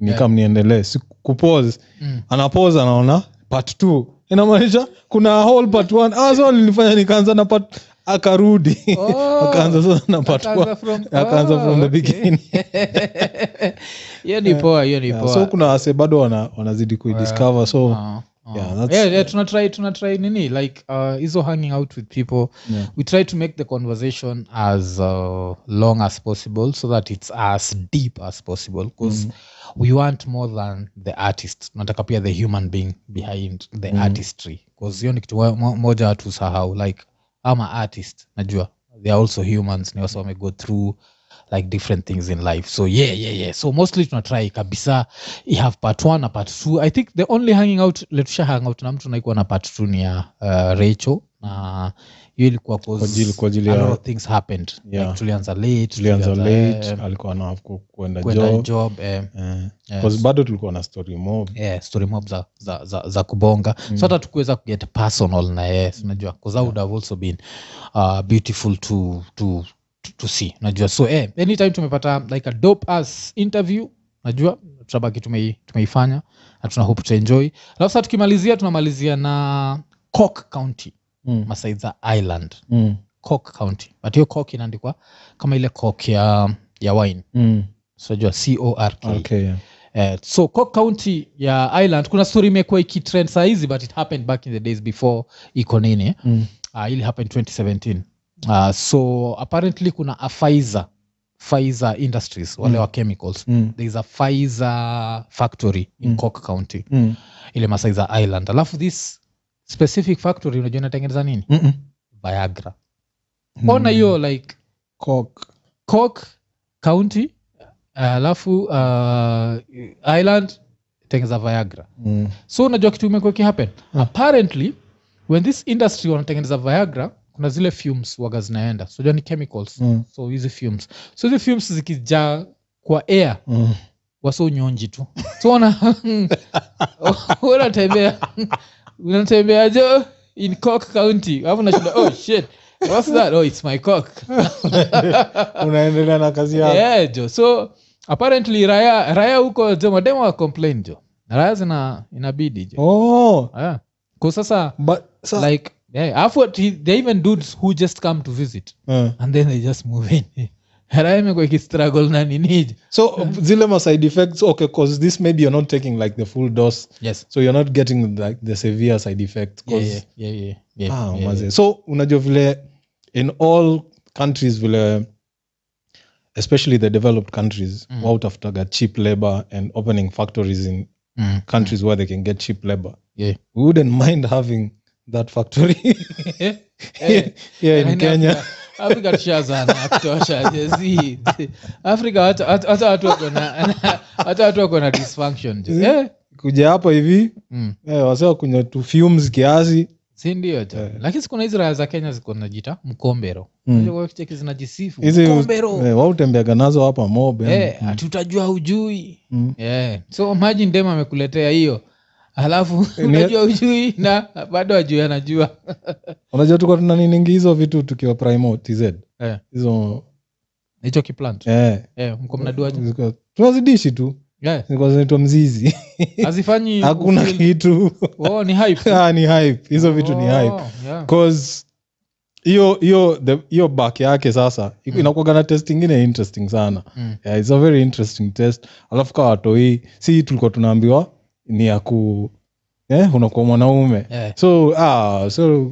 B: nikam niendelee sikupose <laughs>
A: mm.
B: anapose anaona part t inamaanisha kuna whole part one ah, so nilifanya nikaanza na part akarudi
A: Oh,
B: akaanza sasa na part one
A: akaanza from-
B: akaanza
A: oh,
B: from the
A: okay. <laughs>
B: beginning.
A: hiyo ni poa hiyo ni
B: Yeah,
A: poa
B: so kuna wase bado wana, wanazidi kuidiscover so
A: Ah, ah.
B: Yeah, that's-
A: Yeah, yeah, tunatry tunatry nini like uh, hizo hanging out with people
B: yeah.
A: we try to make the conversation as uh, long as possible so that it's as deep as possible because
B: Mm.
A: we want more than the artist nataka pia the human being behind the
B: Mm.
A: artistry because hiyo ni kitu wa- mo- moja watu sahau like ama artist najua they are also humans ni wase wamego through like different things in life so yeah yeah yeah so mostly tunatry kabisa i have part one na part two i think the only hanging out letusha hang out na mtu naikuwa na part two ni ya uh, rachel na hiyo ilikuwa 'cause
B: Kwa ajili- kwa ajili
A: a
B: ya-
A: lot of things happened
B: Yeah.
A: like, tulianza late
B: tulianza
A: tulianza,
B: late
A: eh,
B: alikuwa na ku- kuenda
A: kwenda
B: jo
A: job eh,
B: Eh,
A: eh,
B: 'cause bado tulikuwa na story mob
A: yeah, story mob za, za, za, za kubonga mm. so hata tukuweza kuget personal na yeye si unajua bcause that would have also been uh, beautiful to, to, to, to see unajua so eh, anytime tumepata like a dope as interview najua tutabaki tumei, tumeifanya na tuna hope tutaenjoy alafu saa tukimalizia tunamalizia na cork county
B: Mm,
A: masaid za island
B: mm,
A: cork county but hiyo cork inaandikwa kama ile cork ya, ya wine
B: mm.
A: so najua cork
B: Okay, yeah.
A: Eh, so Cork county ya island kuna story imekuwa ikitrend saa hizi but it happened back in the days before iko nini
B: Mm,
A: uh, ili happened 2017 uh, so apparently kuna a Pfizer Pfizer industries wale
B: Mm.
A: wa chemicals
B: mm,
A: there is a Pfizer factory in
B: Mm.
A: Cork county
B: mm,
A: ile Masai za island alafu this specific factory unajua inatengeneza nini
B: mm, mm.
A: Viagra ona hiyo like
B: Cork.
A: Cork county alafu uh, island tengeneza Viagra
B: Mm,
A: so unajua kitu imekuwa kihappen
B: Ah.
A: apparently when this industry wanatengeneza viagra kuna zile fumes waga zinaenda so unajua ni chemicals
B: mm,
A: so hizi fumes so hizi fumes zikijaa kwa air
B: mm.
A: wasa unyonji tu so <laughs> wana unatembea unatembea jo in cork county alafu nashinda oh shit what's that oh it's my cock
B: unaendelea na kazi yako
A: yeah, jo so apparently raya raya huko jo mademo wa complain jo raya zina inabidi jo
B: oh,
A: yeah. kwa sasa
B: but, sa,
A: like yeah, after he, they even dudes who just come to visit
B: eh.
A: and then they just move in <laughs> haraimekwa ikistruggle na niniji
B: so zile ma side effects okay cause this maybe you're not taking like the full dose
A: yes
B: so you're not getting like the severe side effect
A: yeah,
B: 'cause-
A: yeah, yeah, yeah, yeah,
B: ah,
A: yeah,
B: mazee. so unajua vile in all countries vile especially the developed countries
A: Mm.
B: wautafutaga cheap labor and opening factories in
A: yeah. Mm.
B: countries where they can get cheap labor
A: Yeah.
B: we wouldn't mind having that factory
A: Eh,
B: here <laughs> in
A: yaani
B: kenya
A: Afrika- afrika tusha <laughs> sana ya kutosha jezi afrika hata- hata hata watu wako na- <laughs> hata watu wako na dysfunction jo. Eh,
B: kuja hapa hivi
A: mm.
B: eh, wasewa kunywa tu fumes kiasi
A: si ndio jo
B: Eh.
A: lakini sikuna hizi raya za kenya ziko najita mkombero
B: Mm.
A: Unajua cheki zinajisifu
B: hizi
A: mkombero
B: eh, wautembeaga nazo hapa mob yani.
A: Eh,
B: Mm.
A: hatutajua ujui
B: Mm.
A: yeah. so imagine dem amekuletea hiyo alafu
B: <laughs> Ni-
A: unajua ujui na bado ajui anajua
B: unajua tuka tuna niningi hizo vitu tukiwa primo tz
A: Eh,
B: hizo
A: hicho kiplant
B: eh,
A: Eh, mko mnadua
B: ziko- tunazidishi tu
A: Yeah.
B: Zilikuwa zinaitwa
A: <laughs>
B: mzizi
A: hazifanyi
B: <laughs> hakuna
A: ufeel-
B: kitu <laughs>
A: oh, ni hype.
B: Ah, ni hype hizo vitu ni hype
A: Oh, yeah.
B: cause hiyo hiyo the- hiyo back yake sasa mm. inakuaga na test ingine interesting sana
A: Mm.
B: yeah, it's a very interesting test alafu kaa watoi si tulikuwa tunaambiwa ni ya ku eh, unakuwa mwanaume
A: Yeah.
B: so ah, so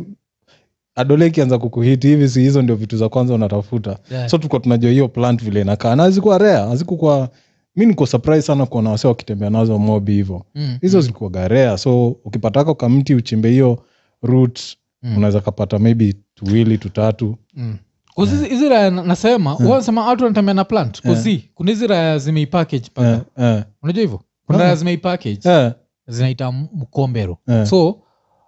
B: adole ikianza kukuhiti hivi si hizo ndio vitu za kwanza unatafuta
A: Yeah.
B: so tulikuwa tunajua hiyo plant vile inakaa na hazikuwa rea hazikukuwa mi niko surprise sana kuona wase wakitembea nazo mobi hivo
A: Mm,
B: hizo zilikuwaga rea so ukipataka kamti uchimbe hiyo root
A: Mm.
B: unaweza kapata maybe tuwili tutatu
A: mm. 'Cause hizi- hizi raya na- nasema wanasema watu wanatembea na plant kozi kuna hizi raya zimeipackage paka
B: Eh, eh,
A: unajua hivyo kuna
B: Ah.
A: raya zimeipackage
B: eh,
A: zinaita m- mkombero
B: eh.
A: so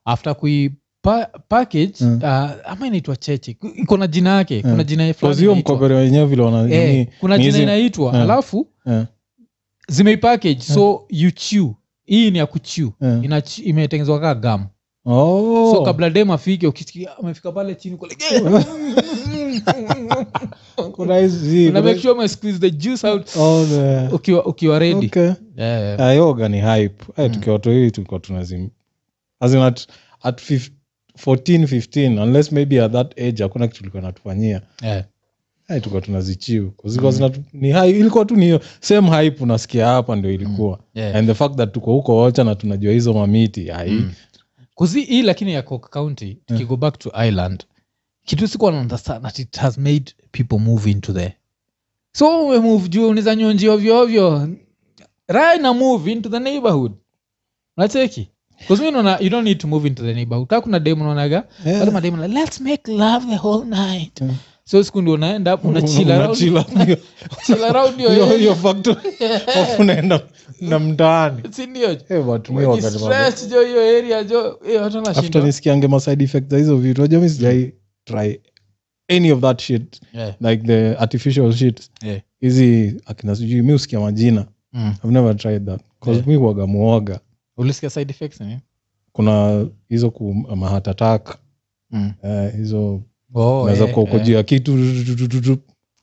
A: after kui pa, package
B: Mm.
A: uh, ama inaitwa cheche Ku- iko na jina yake kuna
B: Mm.
A: jina
B: Kwa
A: fulani
B: hiyo
A: inaitwa.
B: mkopero wenyewe vile wana
A: eh,
B: nini,
A: kuna
B: ni
A: jina
B: hizi-
A: inaitwa
B: Mm.
A: alafu
B: eh,
A: zimeipackage so you chew hii ni ya kuchew
B: eh.
A: Ina- imetengenezwa kaa gam
B: Oh. <laughs>
A: so kabla dem afike ukisikia amefika pale chini uko like, eh,
B: Kuna hizi-
A: una make sure ume squeeze the juice out
B: Oh, the-
A: ukiwa ukiwa ready
B: Okay.
A: yeah, yeah.
B: Ah, yoga ni hype Ay,
A: Mm.
B: tukiwa tu hivi tulikuwa tunazim as in at, at fif- 14 15 unless maybe at that age hakuna kitu ilikuwa natufanyia
A: yeah.
B: Ay, tulikuwa tunazichiu
A: Mm.
B: zilikuwa zinatu- ni hy- ilikuwa tu ni hiyo same hype unasikia hapa ndio ilikuwa
A: Mm. yeah.
B: and the fact that tuko huko ocha na tunajua hizo mamiti ai
A: Mm. 'Cause hii- hii lakini ya Cook county tukigo back to ireland kitu sikuwa na understand that it has made people move into there so we move juu uniza nyonji ovyo ovyo rai na move into the neighborhood unacheki Because mi naona you don't need to move into the neighborhood kaa kuna demu naonaga
B: Yeah.
A: wale mademu na let's make love the whole night
B: Yeah.
A: so siku ndio
B: <laughs>
A: unaenda up, una chill
B: Una
A: around-
B: chill around.
A: chill
B: <laughs>
A: around your
B: Hiyo-
A: area.
B: hiyo factory. Alafu unaenda na mtaani
A: Si ndio?
B: Eh, watu mi wakati wa-
A: Stretch jo hiyo area jo eh, watu wanashindwa.
B: after nisikiange ma side effect za hizo vitu ajami sijai try any of that shit
A: Yeah,
B: like the artificial shit
A: yeah.
B: hizi akina sijui mi usikia majina
A: Mm.
B: I've never tried that cause
A: Yeah.
B: mi huwaga muoga
A: ulisikia side effects eh? ni?
B: kuna hizo ku mahatatak eh, hizo
A: Mm. Oh,
B: unaweza
A: eh,
B: kuwa uko
A: eh.
B: juu ya kitu tu- tu- tu- tu- tu,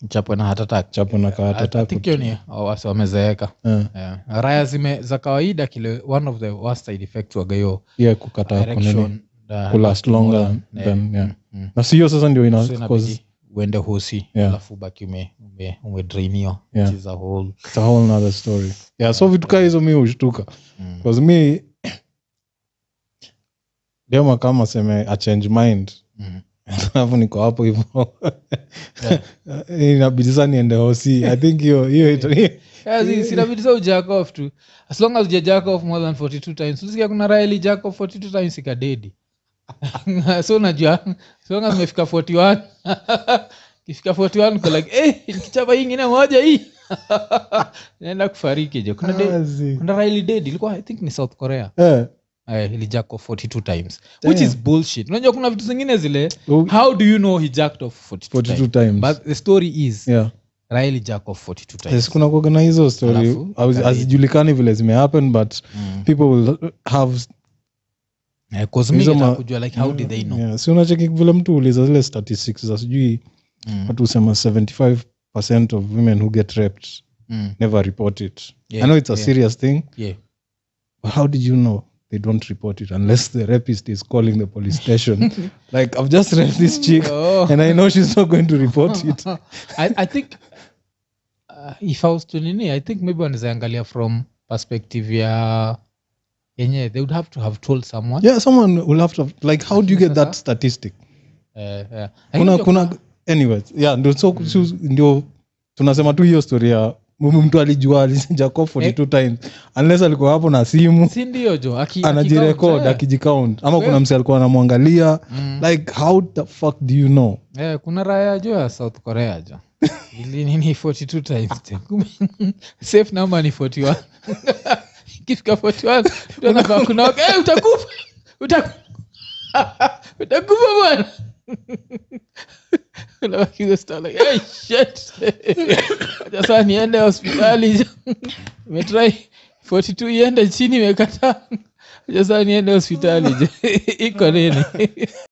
A: Chapwe na heart attack.
B: chapo na ka heart
A: I- I
B: attack.
A: think hiyo ni hao wasi wamezeeka
B: Eh,
A: yeah. raya zime za kawaida kile one of the worst side effects waga hiyo
B: yeah, kukata kwa nini,
A: erection, uh,
B: kulast longer
A: eh,
B: than- yeah.
A: mm.
B: na siyo sasa ndio
A: So
B: ina
A: inabidi
B: cause
A: uende hosi
B: Yeah.
A: alafu baki ume- ume- umedrainiwa
B: Yeah.
A: which is a whole-
B: it's a whole nother story yeah so vitu kaa hizo mi hushtuka
A: mm.
B: cause mi dema kama seme a change mind <laughs>
A: Mm.
B: alafu niko hapo hivo
A: Yeah.
B: <laughs> inabidi sa niende hosi i think hiyo hiyo ita-
A: Kazi, sinabidi sa ujack off tu as long as uja jack off more than 42 times ulisikia kuna raeli jack off 42 times ikadedi <laughs> so unajua as long as umefika 41 <laughs> kifika 41 uko like eh nikichapa hii ingine moja hii <laughs> naenda kufariki je kuna, de-
B: Kazi.
A: kuna raeli dedi ilikuwa i think ni south korea
B: Eh,
A: Eh, ili jack off 42 times which is bullshit unajua kuna vitu zingine zile
B: u-
A: how do you know he jacked off 42,
B: 42
A: times
B: times.
A: but the story is
B: Yeah.
A: raeli jack off 42 times
B: Yes, kuna kuwaga na hizo story
A: Alafu,
B: Hazi- hazijulikani vile zimehappen but
A: Mm.
B: people will have
A: Eh, 'cause mi
B: Hizo ma-
A: nataka kujua like how did they know
B: yeah. si unacheki vile mtu uliza zile statistics za sijui
A: Mm,
B: watu husema 75 of women who get raped
A: mm,
B: never report it
A: Yeah,
B: i know it's a
A: yeah.
B: serious thing
A: yeah.
B: but how did you know they don't report it unless the rapist is calling the police station
A: <laughs>
B: like i've just raped this chick
A: Oh.
B: and i know she's not going to report it
A: I, I think uh, if I was to nini i think maybe wanazaangalia from perspective ya yenye they would have to have told someone
B: yeah someone will have to like how do you get that
A: Sasa-
B: statistic
A: Eh, eh.
B: kuna
A: Lakini
B: kuna anyways yeah ndio so so- ndio tunasema tu hiyo story ya mumu mtu alijua alijakoa 42
A: Eh?
B: times unless alikuwa hapo na simu
A: si ndio jo aki-
B: anajirekod
A: akikaunt, eh.
B: akijikaunt ama
A: Yeah.
B: kuna mse alikuwa anamwangalia
A: Mm.
B: like how the fuck do you know
A: Eh, kuna raya jo ya south korea jo ili nini 42 times te. Kumbe, <laughs> safe number ni 41 <laughs> ikifika 41 mtu anafaa kunaoka eh, utakufa <laughs> Utaku- utakufa bwana <laughs> Unabakiza star like, "Hey, Eh, shit." <laughs> Acha sasa niende hospitali <laughs> jo. Nimetry 42 <laughs> iende chini imekataa Acha sasa niende hospitali jo. <laughs> iko nini <laughs>